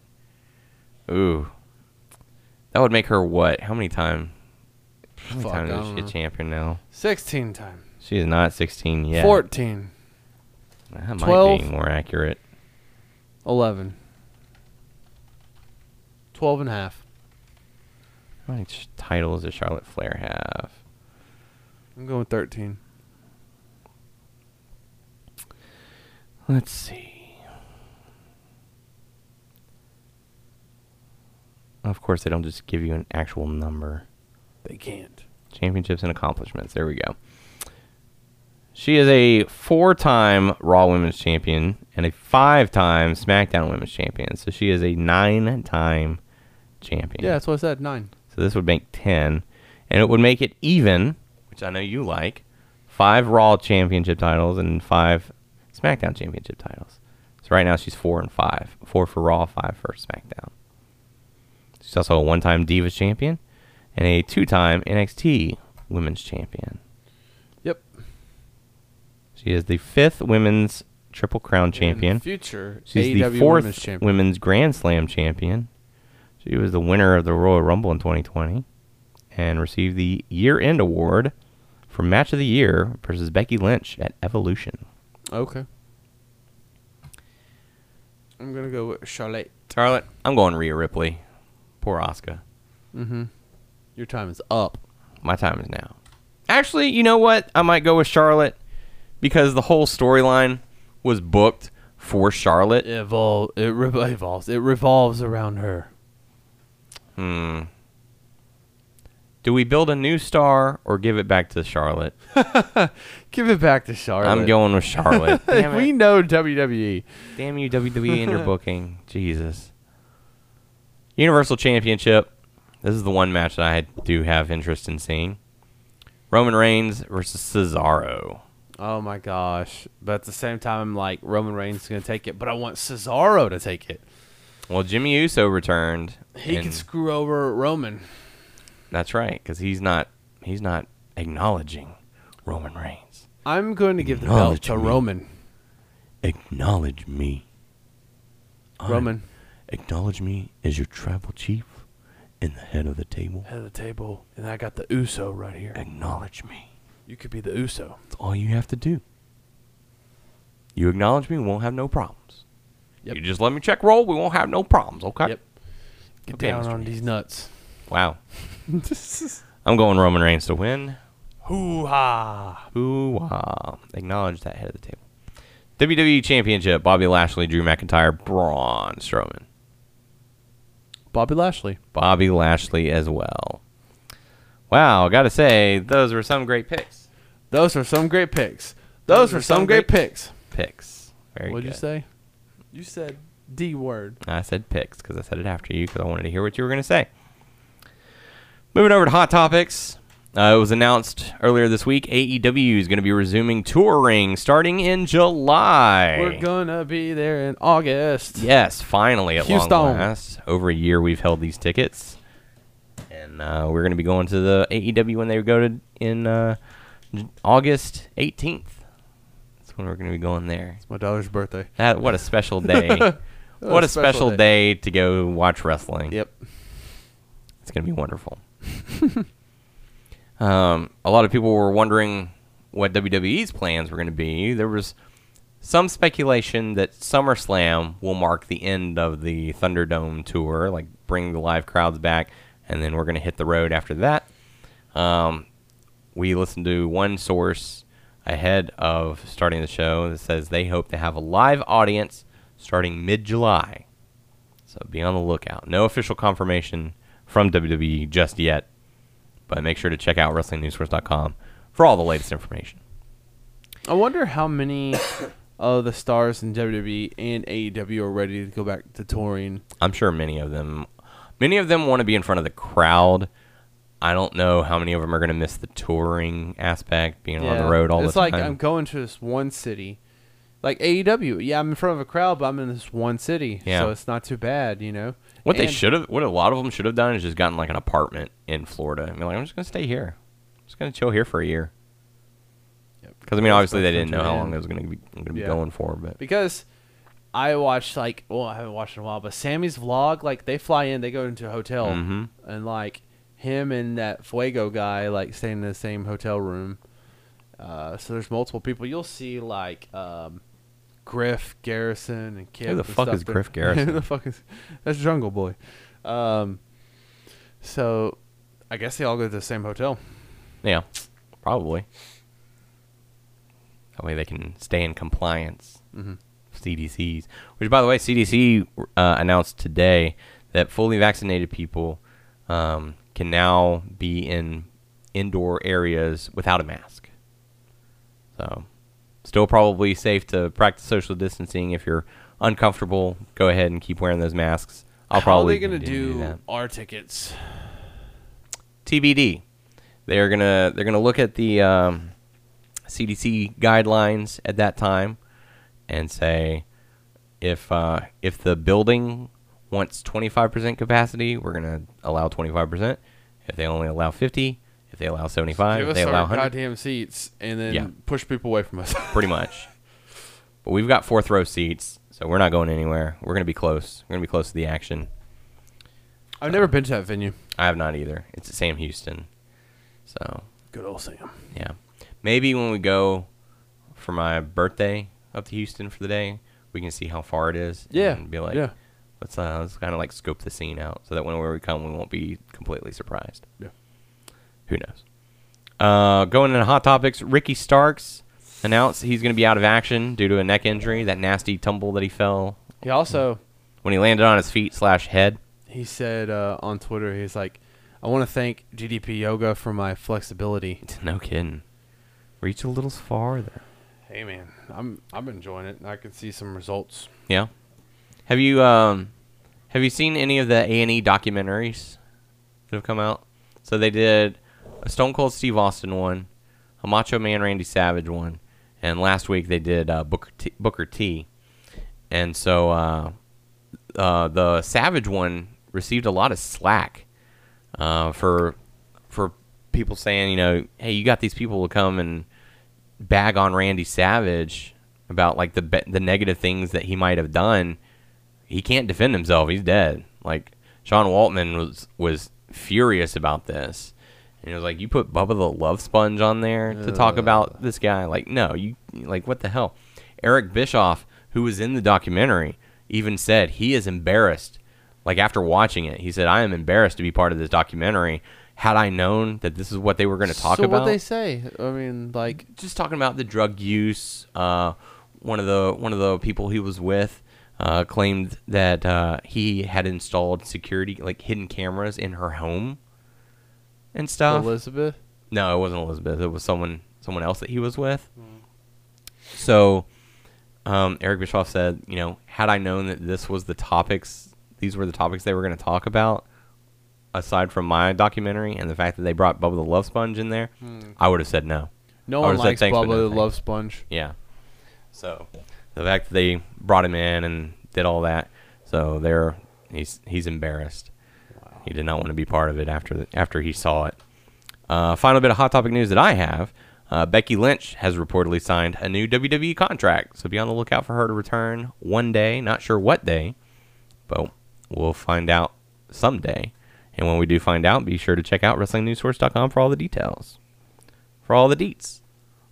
S4: Ooh. That would make her what? How many time? How many
S5: Fuck,
S4: time
S5: I
S4: is
S5: don't
S4: she a
S5: know.
S4: champion now?
S5: 16 time.
S4: She is not 16 yet.
S5: 14.
S4: that might
S5: 12.
S4: be more accurate.
S5: 11. 12 and a half.
S4: How many ch- titles does Charlotte Flair have?
S5: I'm going 13.
S4: Let's see. Of course, they don't just give you an actual number.
S5: They can't.
S4: Championships and accomplishments. There we go. She is a four time Raw Women's Champion and a five time SmackDown Women's Champion. So she is a nine time champion.
S5: Yeah, that's what I said. Nine.
S4: So this would make 10. And it would make it even, which I know you like, five Raw championship titles and five SmackDown championship titles. So right now she's four and five. Four for Raw, five for SmackDown. She's also a one time Divas champion and a two time NXT Women's champion.
S5: Yep.
S4: She is the fifth women's Triple Crown
S5: In
S4: champion.
S5: the future.
S4: She's
S5: AEW
S4: the fourth
S5: E Women's Champion.
S4: women's Grand Slam champion. She was the winner of the Royal Rumble in 2020 and received the year end award for Match of the Year versus Becky Lynch at Evolution.
S5: Okay. I'm going to go with Charlotte.
S4: Charlotte, I'm going Rhea Ripley. Poor Oscar.
S5: Mm-hmm. Your time is up.
S4: My time is now. Actually, you know what? I might go with Charlotte because the whole storyline was booked for Charlotte.
S5: It evol- it re- evolves. It revolves around her.
S4: Hmm. Do we build a new star or give it back to Charlotte?
S5: Give it back to Charlotte.
S4: I'm going with Charlotte. Damn,
S5: we
S4: it.
S5: know E, WWE.
S4: Damn you, WWE, and your booking. Jesus. Universal Championship. This is the one match that I do have interest in seeing. Roman Reigns versus Cesaro.
S5: Oh my gosh. But at the same time, like, Roman Reigns is going to take it, but I want Cesaro to take it.
S4: Well, Jimmy Uso returned.
S5: He can
S4: and
S5: screw over Roman.
S4: that's right, because he's not he's not acknowledging Roman Reigns.
S5: I'm going to give the belt
S4: Acknowledge
S5: to
S4: me.
S5: Roman.
S4: Acknowledge me.
S5: Roman.
S4: Acknowledge me as your tribal chief and the head of the table.
S5: Head of the table. And I got the Uso right here.
S4: Acknowledge me.
S5: You could be the Uso.
S4: That's all you have to do. You acknowledge me, we won't have no problems.
S5: Yep.
S4: You just let me check roll, we won't have no problems, okay?
S5: Yep.
S4: Get down,
S5: Down
S4: Mr.
S5: on
S4: Neal.
S5: these nuts.
S4: Wow. I'm going Roman Reigns to win.
S5: Hoo ha.
S4: Ooh, wow. Acknowledge that head of the table. WWE Championship Bobby Lashley, Drew McIntyre, Braun Strowman.
S5: Bobby Lashley.
S4: Bobby Lashley as well. Wow, gotta say, those were some great picks.
S5: Those are some great picks. Those are some great picks.
S4: Picks. Very
S5: What'd
S4: good.
S5: you say? You said D word.
S4: I said picks because I said it after you because I wanted to hear what you were going to say. Moving over to Hot Topics. Uh, it was announced earlier this week AEW is going to be resuming touring starting in July.
S5: We're gonna be there in August.
S4: yes, finally at long
S5: Houston.
S4: last. Over a year we've held these tickets. And uh, we're going to be going to the AEW when they go to in uh, J- August 18th. That's when we're going to be going there.
S5: My daughter's birthday.
S4: That what a special day. what, a special, day. to go watch wrestling.
S5: Yep.
S4: It's going to be wonderful. um, a lot of people were wondering what WWE's plans were going to be. There was some speculation that SummerSlam will mark the end of the Thunderdome tour, like bring the live crowds back, and then we're going to hit the road after that. Um, we listened to one source ahead of starting the show that says they hope to have a live audience starting mid July. So be on the lookout. No official E confirmation from WWE just yet, but make sure to check out WrestlingNewsSource.com for all the latest information.
S5: I wonder how many of the stars in WWE and AEW are ready to go back to touring.
S4: I'm sure many of them, many of them want to be in front of the crowd. I don't know how many of them are going to miss the touring aspect, being on the road all
S5: it's
S4: the
S5: like
S4: time.
S5: I'm going to this one city, like AEW. Yeah, I'm in front of a crowd, but I'm in this one city,
S4: Yeah.
S5: so it's not too bad, you know.
S4: what they
S5: And-
S4: should have, what a lot of them should have done, is just gotten like an apartment in Florida. I mean, like I'm just going to stay here, I'm just going to chill here for a year. Because I mean, obviously they didn't know how long it was going to be, going to be
S5: Yeah.
S4: going for, but
S5: because I watched like well, I haven't watched in a while, but Sammy's vlog, like they fly in, they go into a hotel,
S4: Mm-hmm.
S5: and like him and that Fuego guy, like staying in the same hotel room. Uh, so there's multiple people. You'll see like um, Griff Garrison and Kip.
S4: Who the
S5: and
S4: fuck
S5: stuff
S4: is
S5: there.
S4: Griff Garrison?
S5: Who the fuck is that's Jungle Boy? Um, so I guess they all go to the same hotel.
S4: yeah, probably. That way they can stay in compliance.
S5: Mm-hmm.
S4: CDCs, which by the way, CDC uh, announced today that fully vaccinated people um, can now be in indoor areas without a mask. So, still probably safe to practice social distancing. If you're uncomfortable, go ahead and keep wearing those masks. I'll
S5: How are
S4: probably
S5: they gonna
S4: continue to
S5: do,
S4: do that.
S5: our tickets?
S4: TBD. They're gonna they're gonna look at the um, CDC guidelines at that time and say if uh, if the building wants 25% capacity, we're gonna allow 25%. If they only allow 50, if they allow 75,
S5: Give
S4: if
S5: us
S4: they allow
S5: our
S4: 100,
S5: goddamn seats, and then
S4: Yeah.
S5: push people away from us.
S4: pretty much. But we've got fourth row seats, so we're not going anywhere. We're gonna be close. We're gonna be close to the action.
S5: I've never been to that venue.
S4: I have not either. It's at Sam Houston, so
S5: Good old Sam.
S4: Yeah. Maybe when we go for my birthday up to Houston for the day, we can see how far it is.
S5: Yeah,
S4: And be like,
S5: yeah.
S4: let's, uh, let's kind of like scope the scene out so that when we come, we won't be completely surprised.
S5: Yeah.
S4: Who knows? Uh, going into hot topics, Ricky Starks announced he's going to be out of action due to a neck injury, that nasty tumble that he fell
S5: He also
S4: when he landed on his feet slash head.
S5: he said uh, on Twitter he's like, I want to thank GDP Yoga for my flexibility.
S4: No kidding. Reach a little farther.
S5: Hey man, I'm I'm enjoying it. and I can see some results.
S4: Yeah. Have you um have you seen any of the A and E documentaries that have come out? So they did a Stone Cold Steve Austin one, a Macho Man Randy Savage one, and last week they did uh, Booker T, Booker T. And so uh, uh, the Savage one received a lot of slack uh, for for people saying, you know, hey, you got these people to come and bag on Randy Savage about like the be- the negative things that he might have done, he can't defend himself. He's dead. Like Sean Waltman was was furious about this, and he was like, "You put Bubba the Love Sponge on there to talk about this guy? Like, no, you like what the hell?" Eric Bischoff, who was in the documentary, even said he is embarrassed. Like after watching it, he said, "I am embarrassed to be part of this documentary." Had I known that this is what they were going to talk
S5: so
S4: about,
S5: what they say? I mean, like
S4: just talking about the drug use. Uh, one of the one of the people he was with uh, claimed that uh, he had installed security, like hidden cameras in her home and stuff.
S5: Elizabeth.
S4: No, it wasn't Elizabeth. It was someone someone else that he was with. So um, Eric Bischoff said, you know, had I known that this was the topics, these were the topics they were going to talk about, aside from my documentary and the fact that they brought Bubba the Love Sponge in there, I would have said no.
S5: No
S4: I
S5: one
S4: would've said
S5: likes
S4: thanks, but
S5: Bubba
S4: no
S5: the
S4: thanks.
S5: Love Sponge.
S4: Yeah. So the fact that they brought him in and did all that, so they're he's he's embarrassed. He did not want to be part of it after the, after he saw it. Uh, final bit of hot topic news that I have: uh, Becky Lynch has reportedly signed a new WWE contract, so be on the lookout for her to return one day. Not sure what day, but we'll find out someday. And when we do find out, be sure to check out WrestlingNewsSource.com for all the details, for all the deets,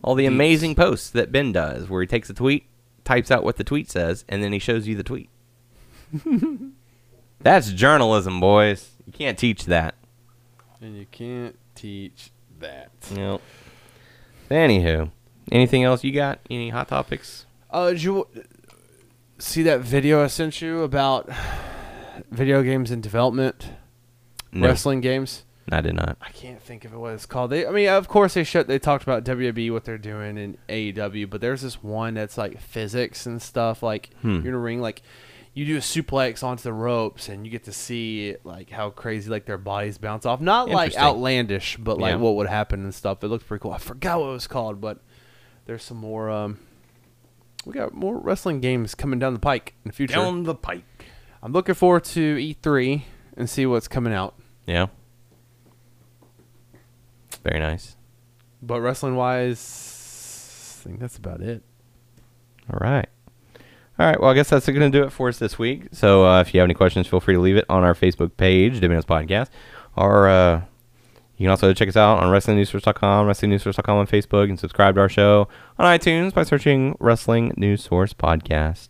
S4: all the amazing posts that Ben does, where he takes a tweet, types out what the tweet says, and then he shows you the tweet. That's journalism, boys. You can't teach that.
S5: And you can't teach that.
S4: Yep. Anywho, anything else you got? Any hot topics?
S5: Uh, did you see that video I sent you about video games in development?
S4: No.
S5: wrestling games.
S4: I did not.
S5: I can't think of what it's called. They, I mean, of course they shut. They talked about WWE what they're doing and AEW, but there's this one that's like physics and stuff. Like
S4: Hmm.
S5: you're in a ring, like you do a suplex onto the ropes, and you get to see like how crazy like their bodies bounce off. Not like
S4: Interesting.
S5: outlandish, but like
S4: Yeah.
S5: what would happen and stuff. It looked pretty cool. I forgot what it was called, but there's some more. um We got more wrestling games coming down the pike in the future.
S4: the pike.
S5: I'm looking forward to E3 and see what's coming out.
S4: Yeah. Very nice.
S5: But wrestling wise, I think that's about it.
S4: All right. All right. Well, I guess that's going to do it for us this week. So uh, if you have any questions, feel free to leave it on our Facebook page, Domino's Podcast. Or uh, you can also check us out on WrestlingNewsSource.com, WrestlingNewsSource.com on Facebook, and subscribe to our show on iTunes by searching Wrestling News Source Podcast.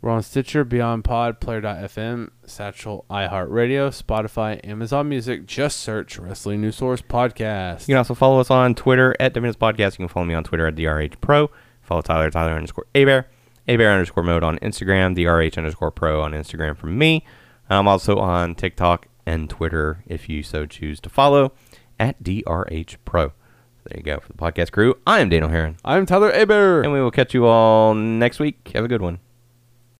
S5: We're on Stitcher, Beyond Pod, Player.fm, Satchel, iHeartRadio, Spotify, Amazon Music. Just search Wrestling News Source Podcast.
S4: You can also follow us on Twitter at Domino's Podcast. You can follow me on Twitter at DRH Pro. Follow Tyler, Tyler underscore Abear, Abear underscore mode on Instagram, DRH underscore pro on Instagram from me. I'm also on TikTok and Twitter if you so choose to follow at DRH Pro. There you go for the podcast crew. I am Daniel Heron,
S5: I'm Tyler Aber.
S4: and we will catch you all next week. Have a good one.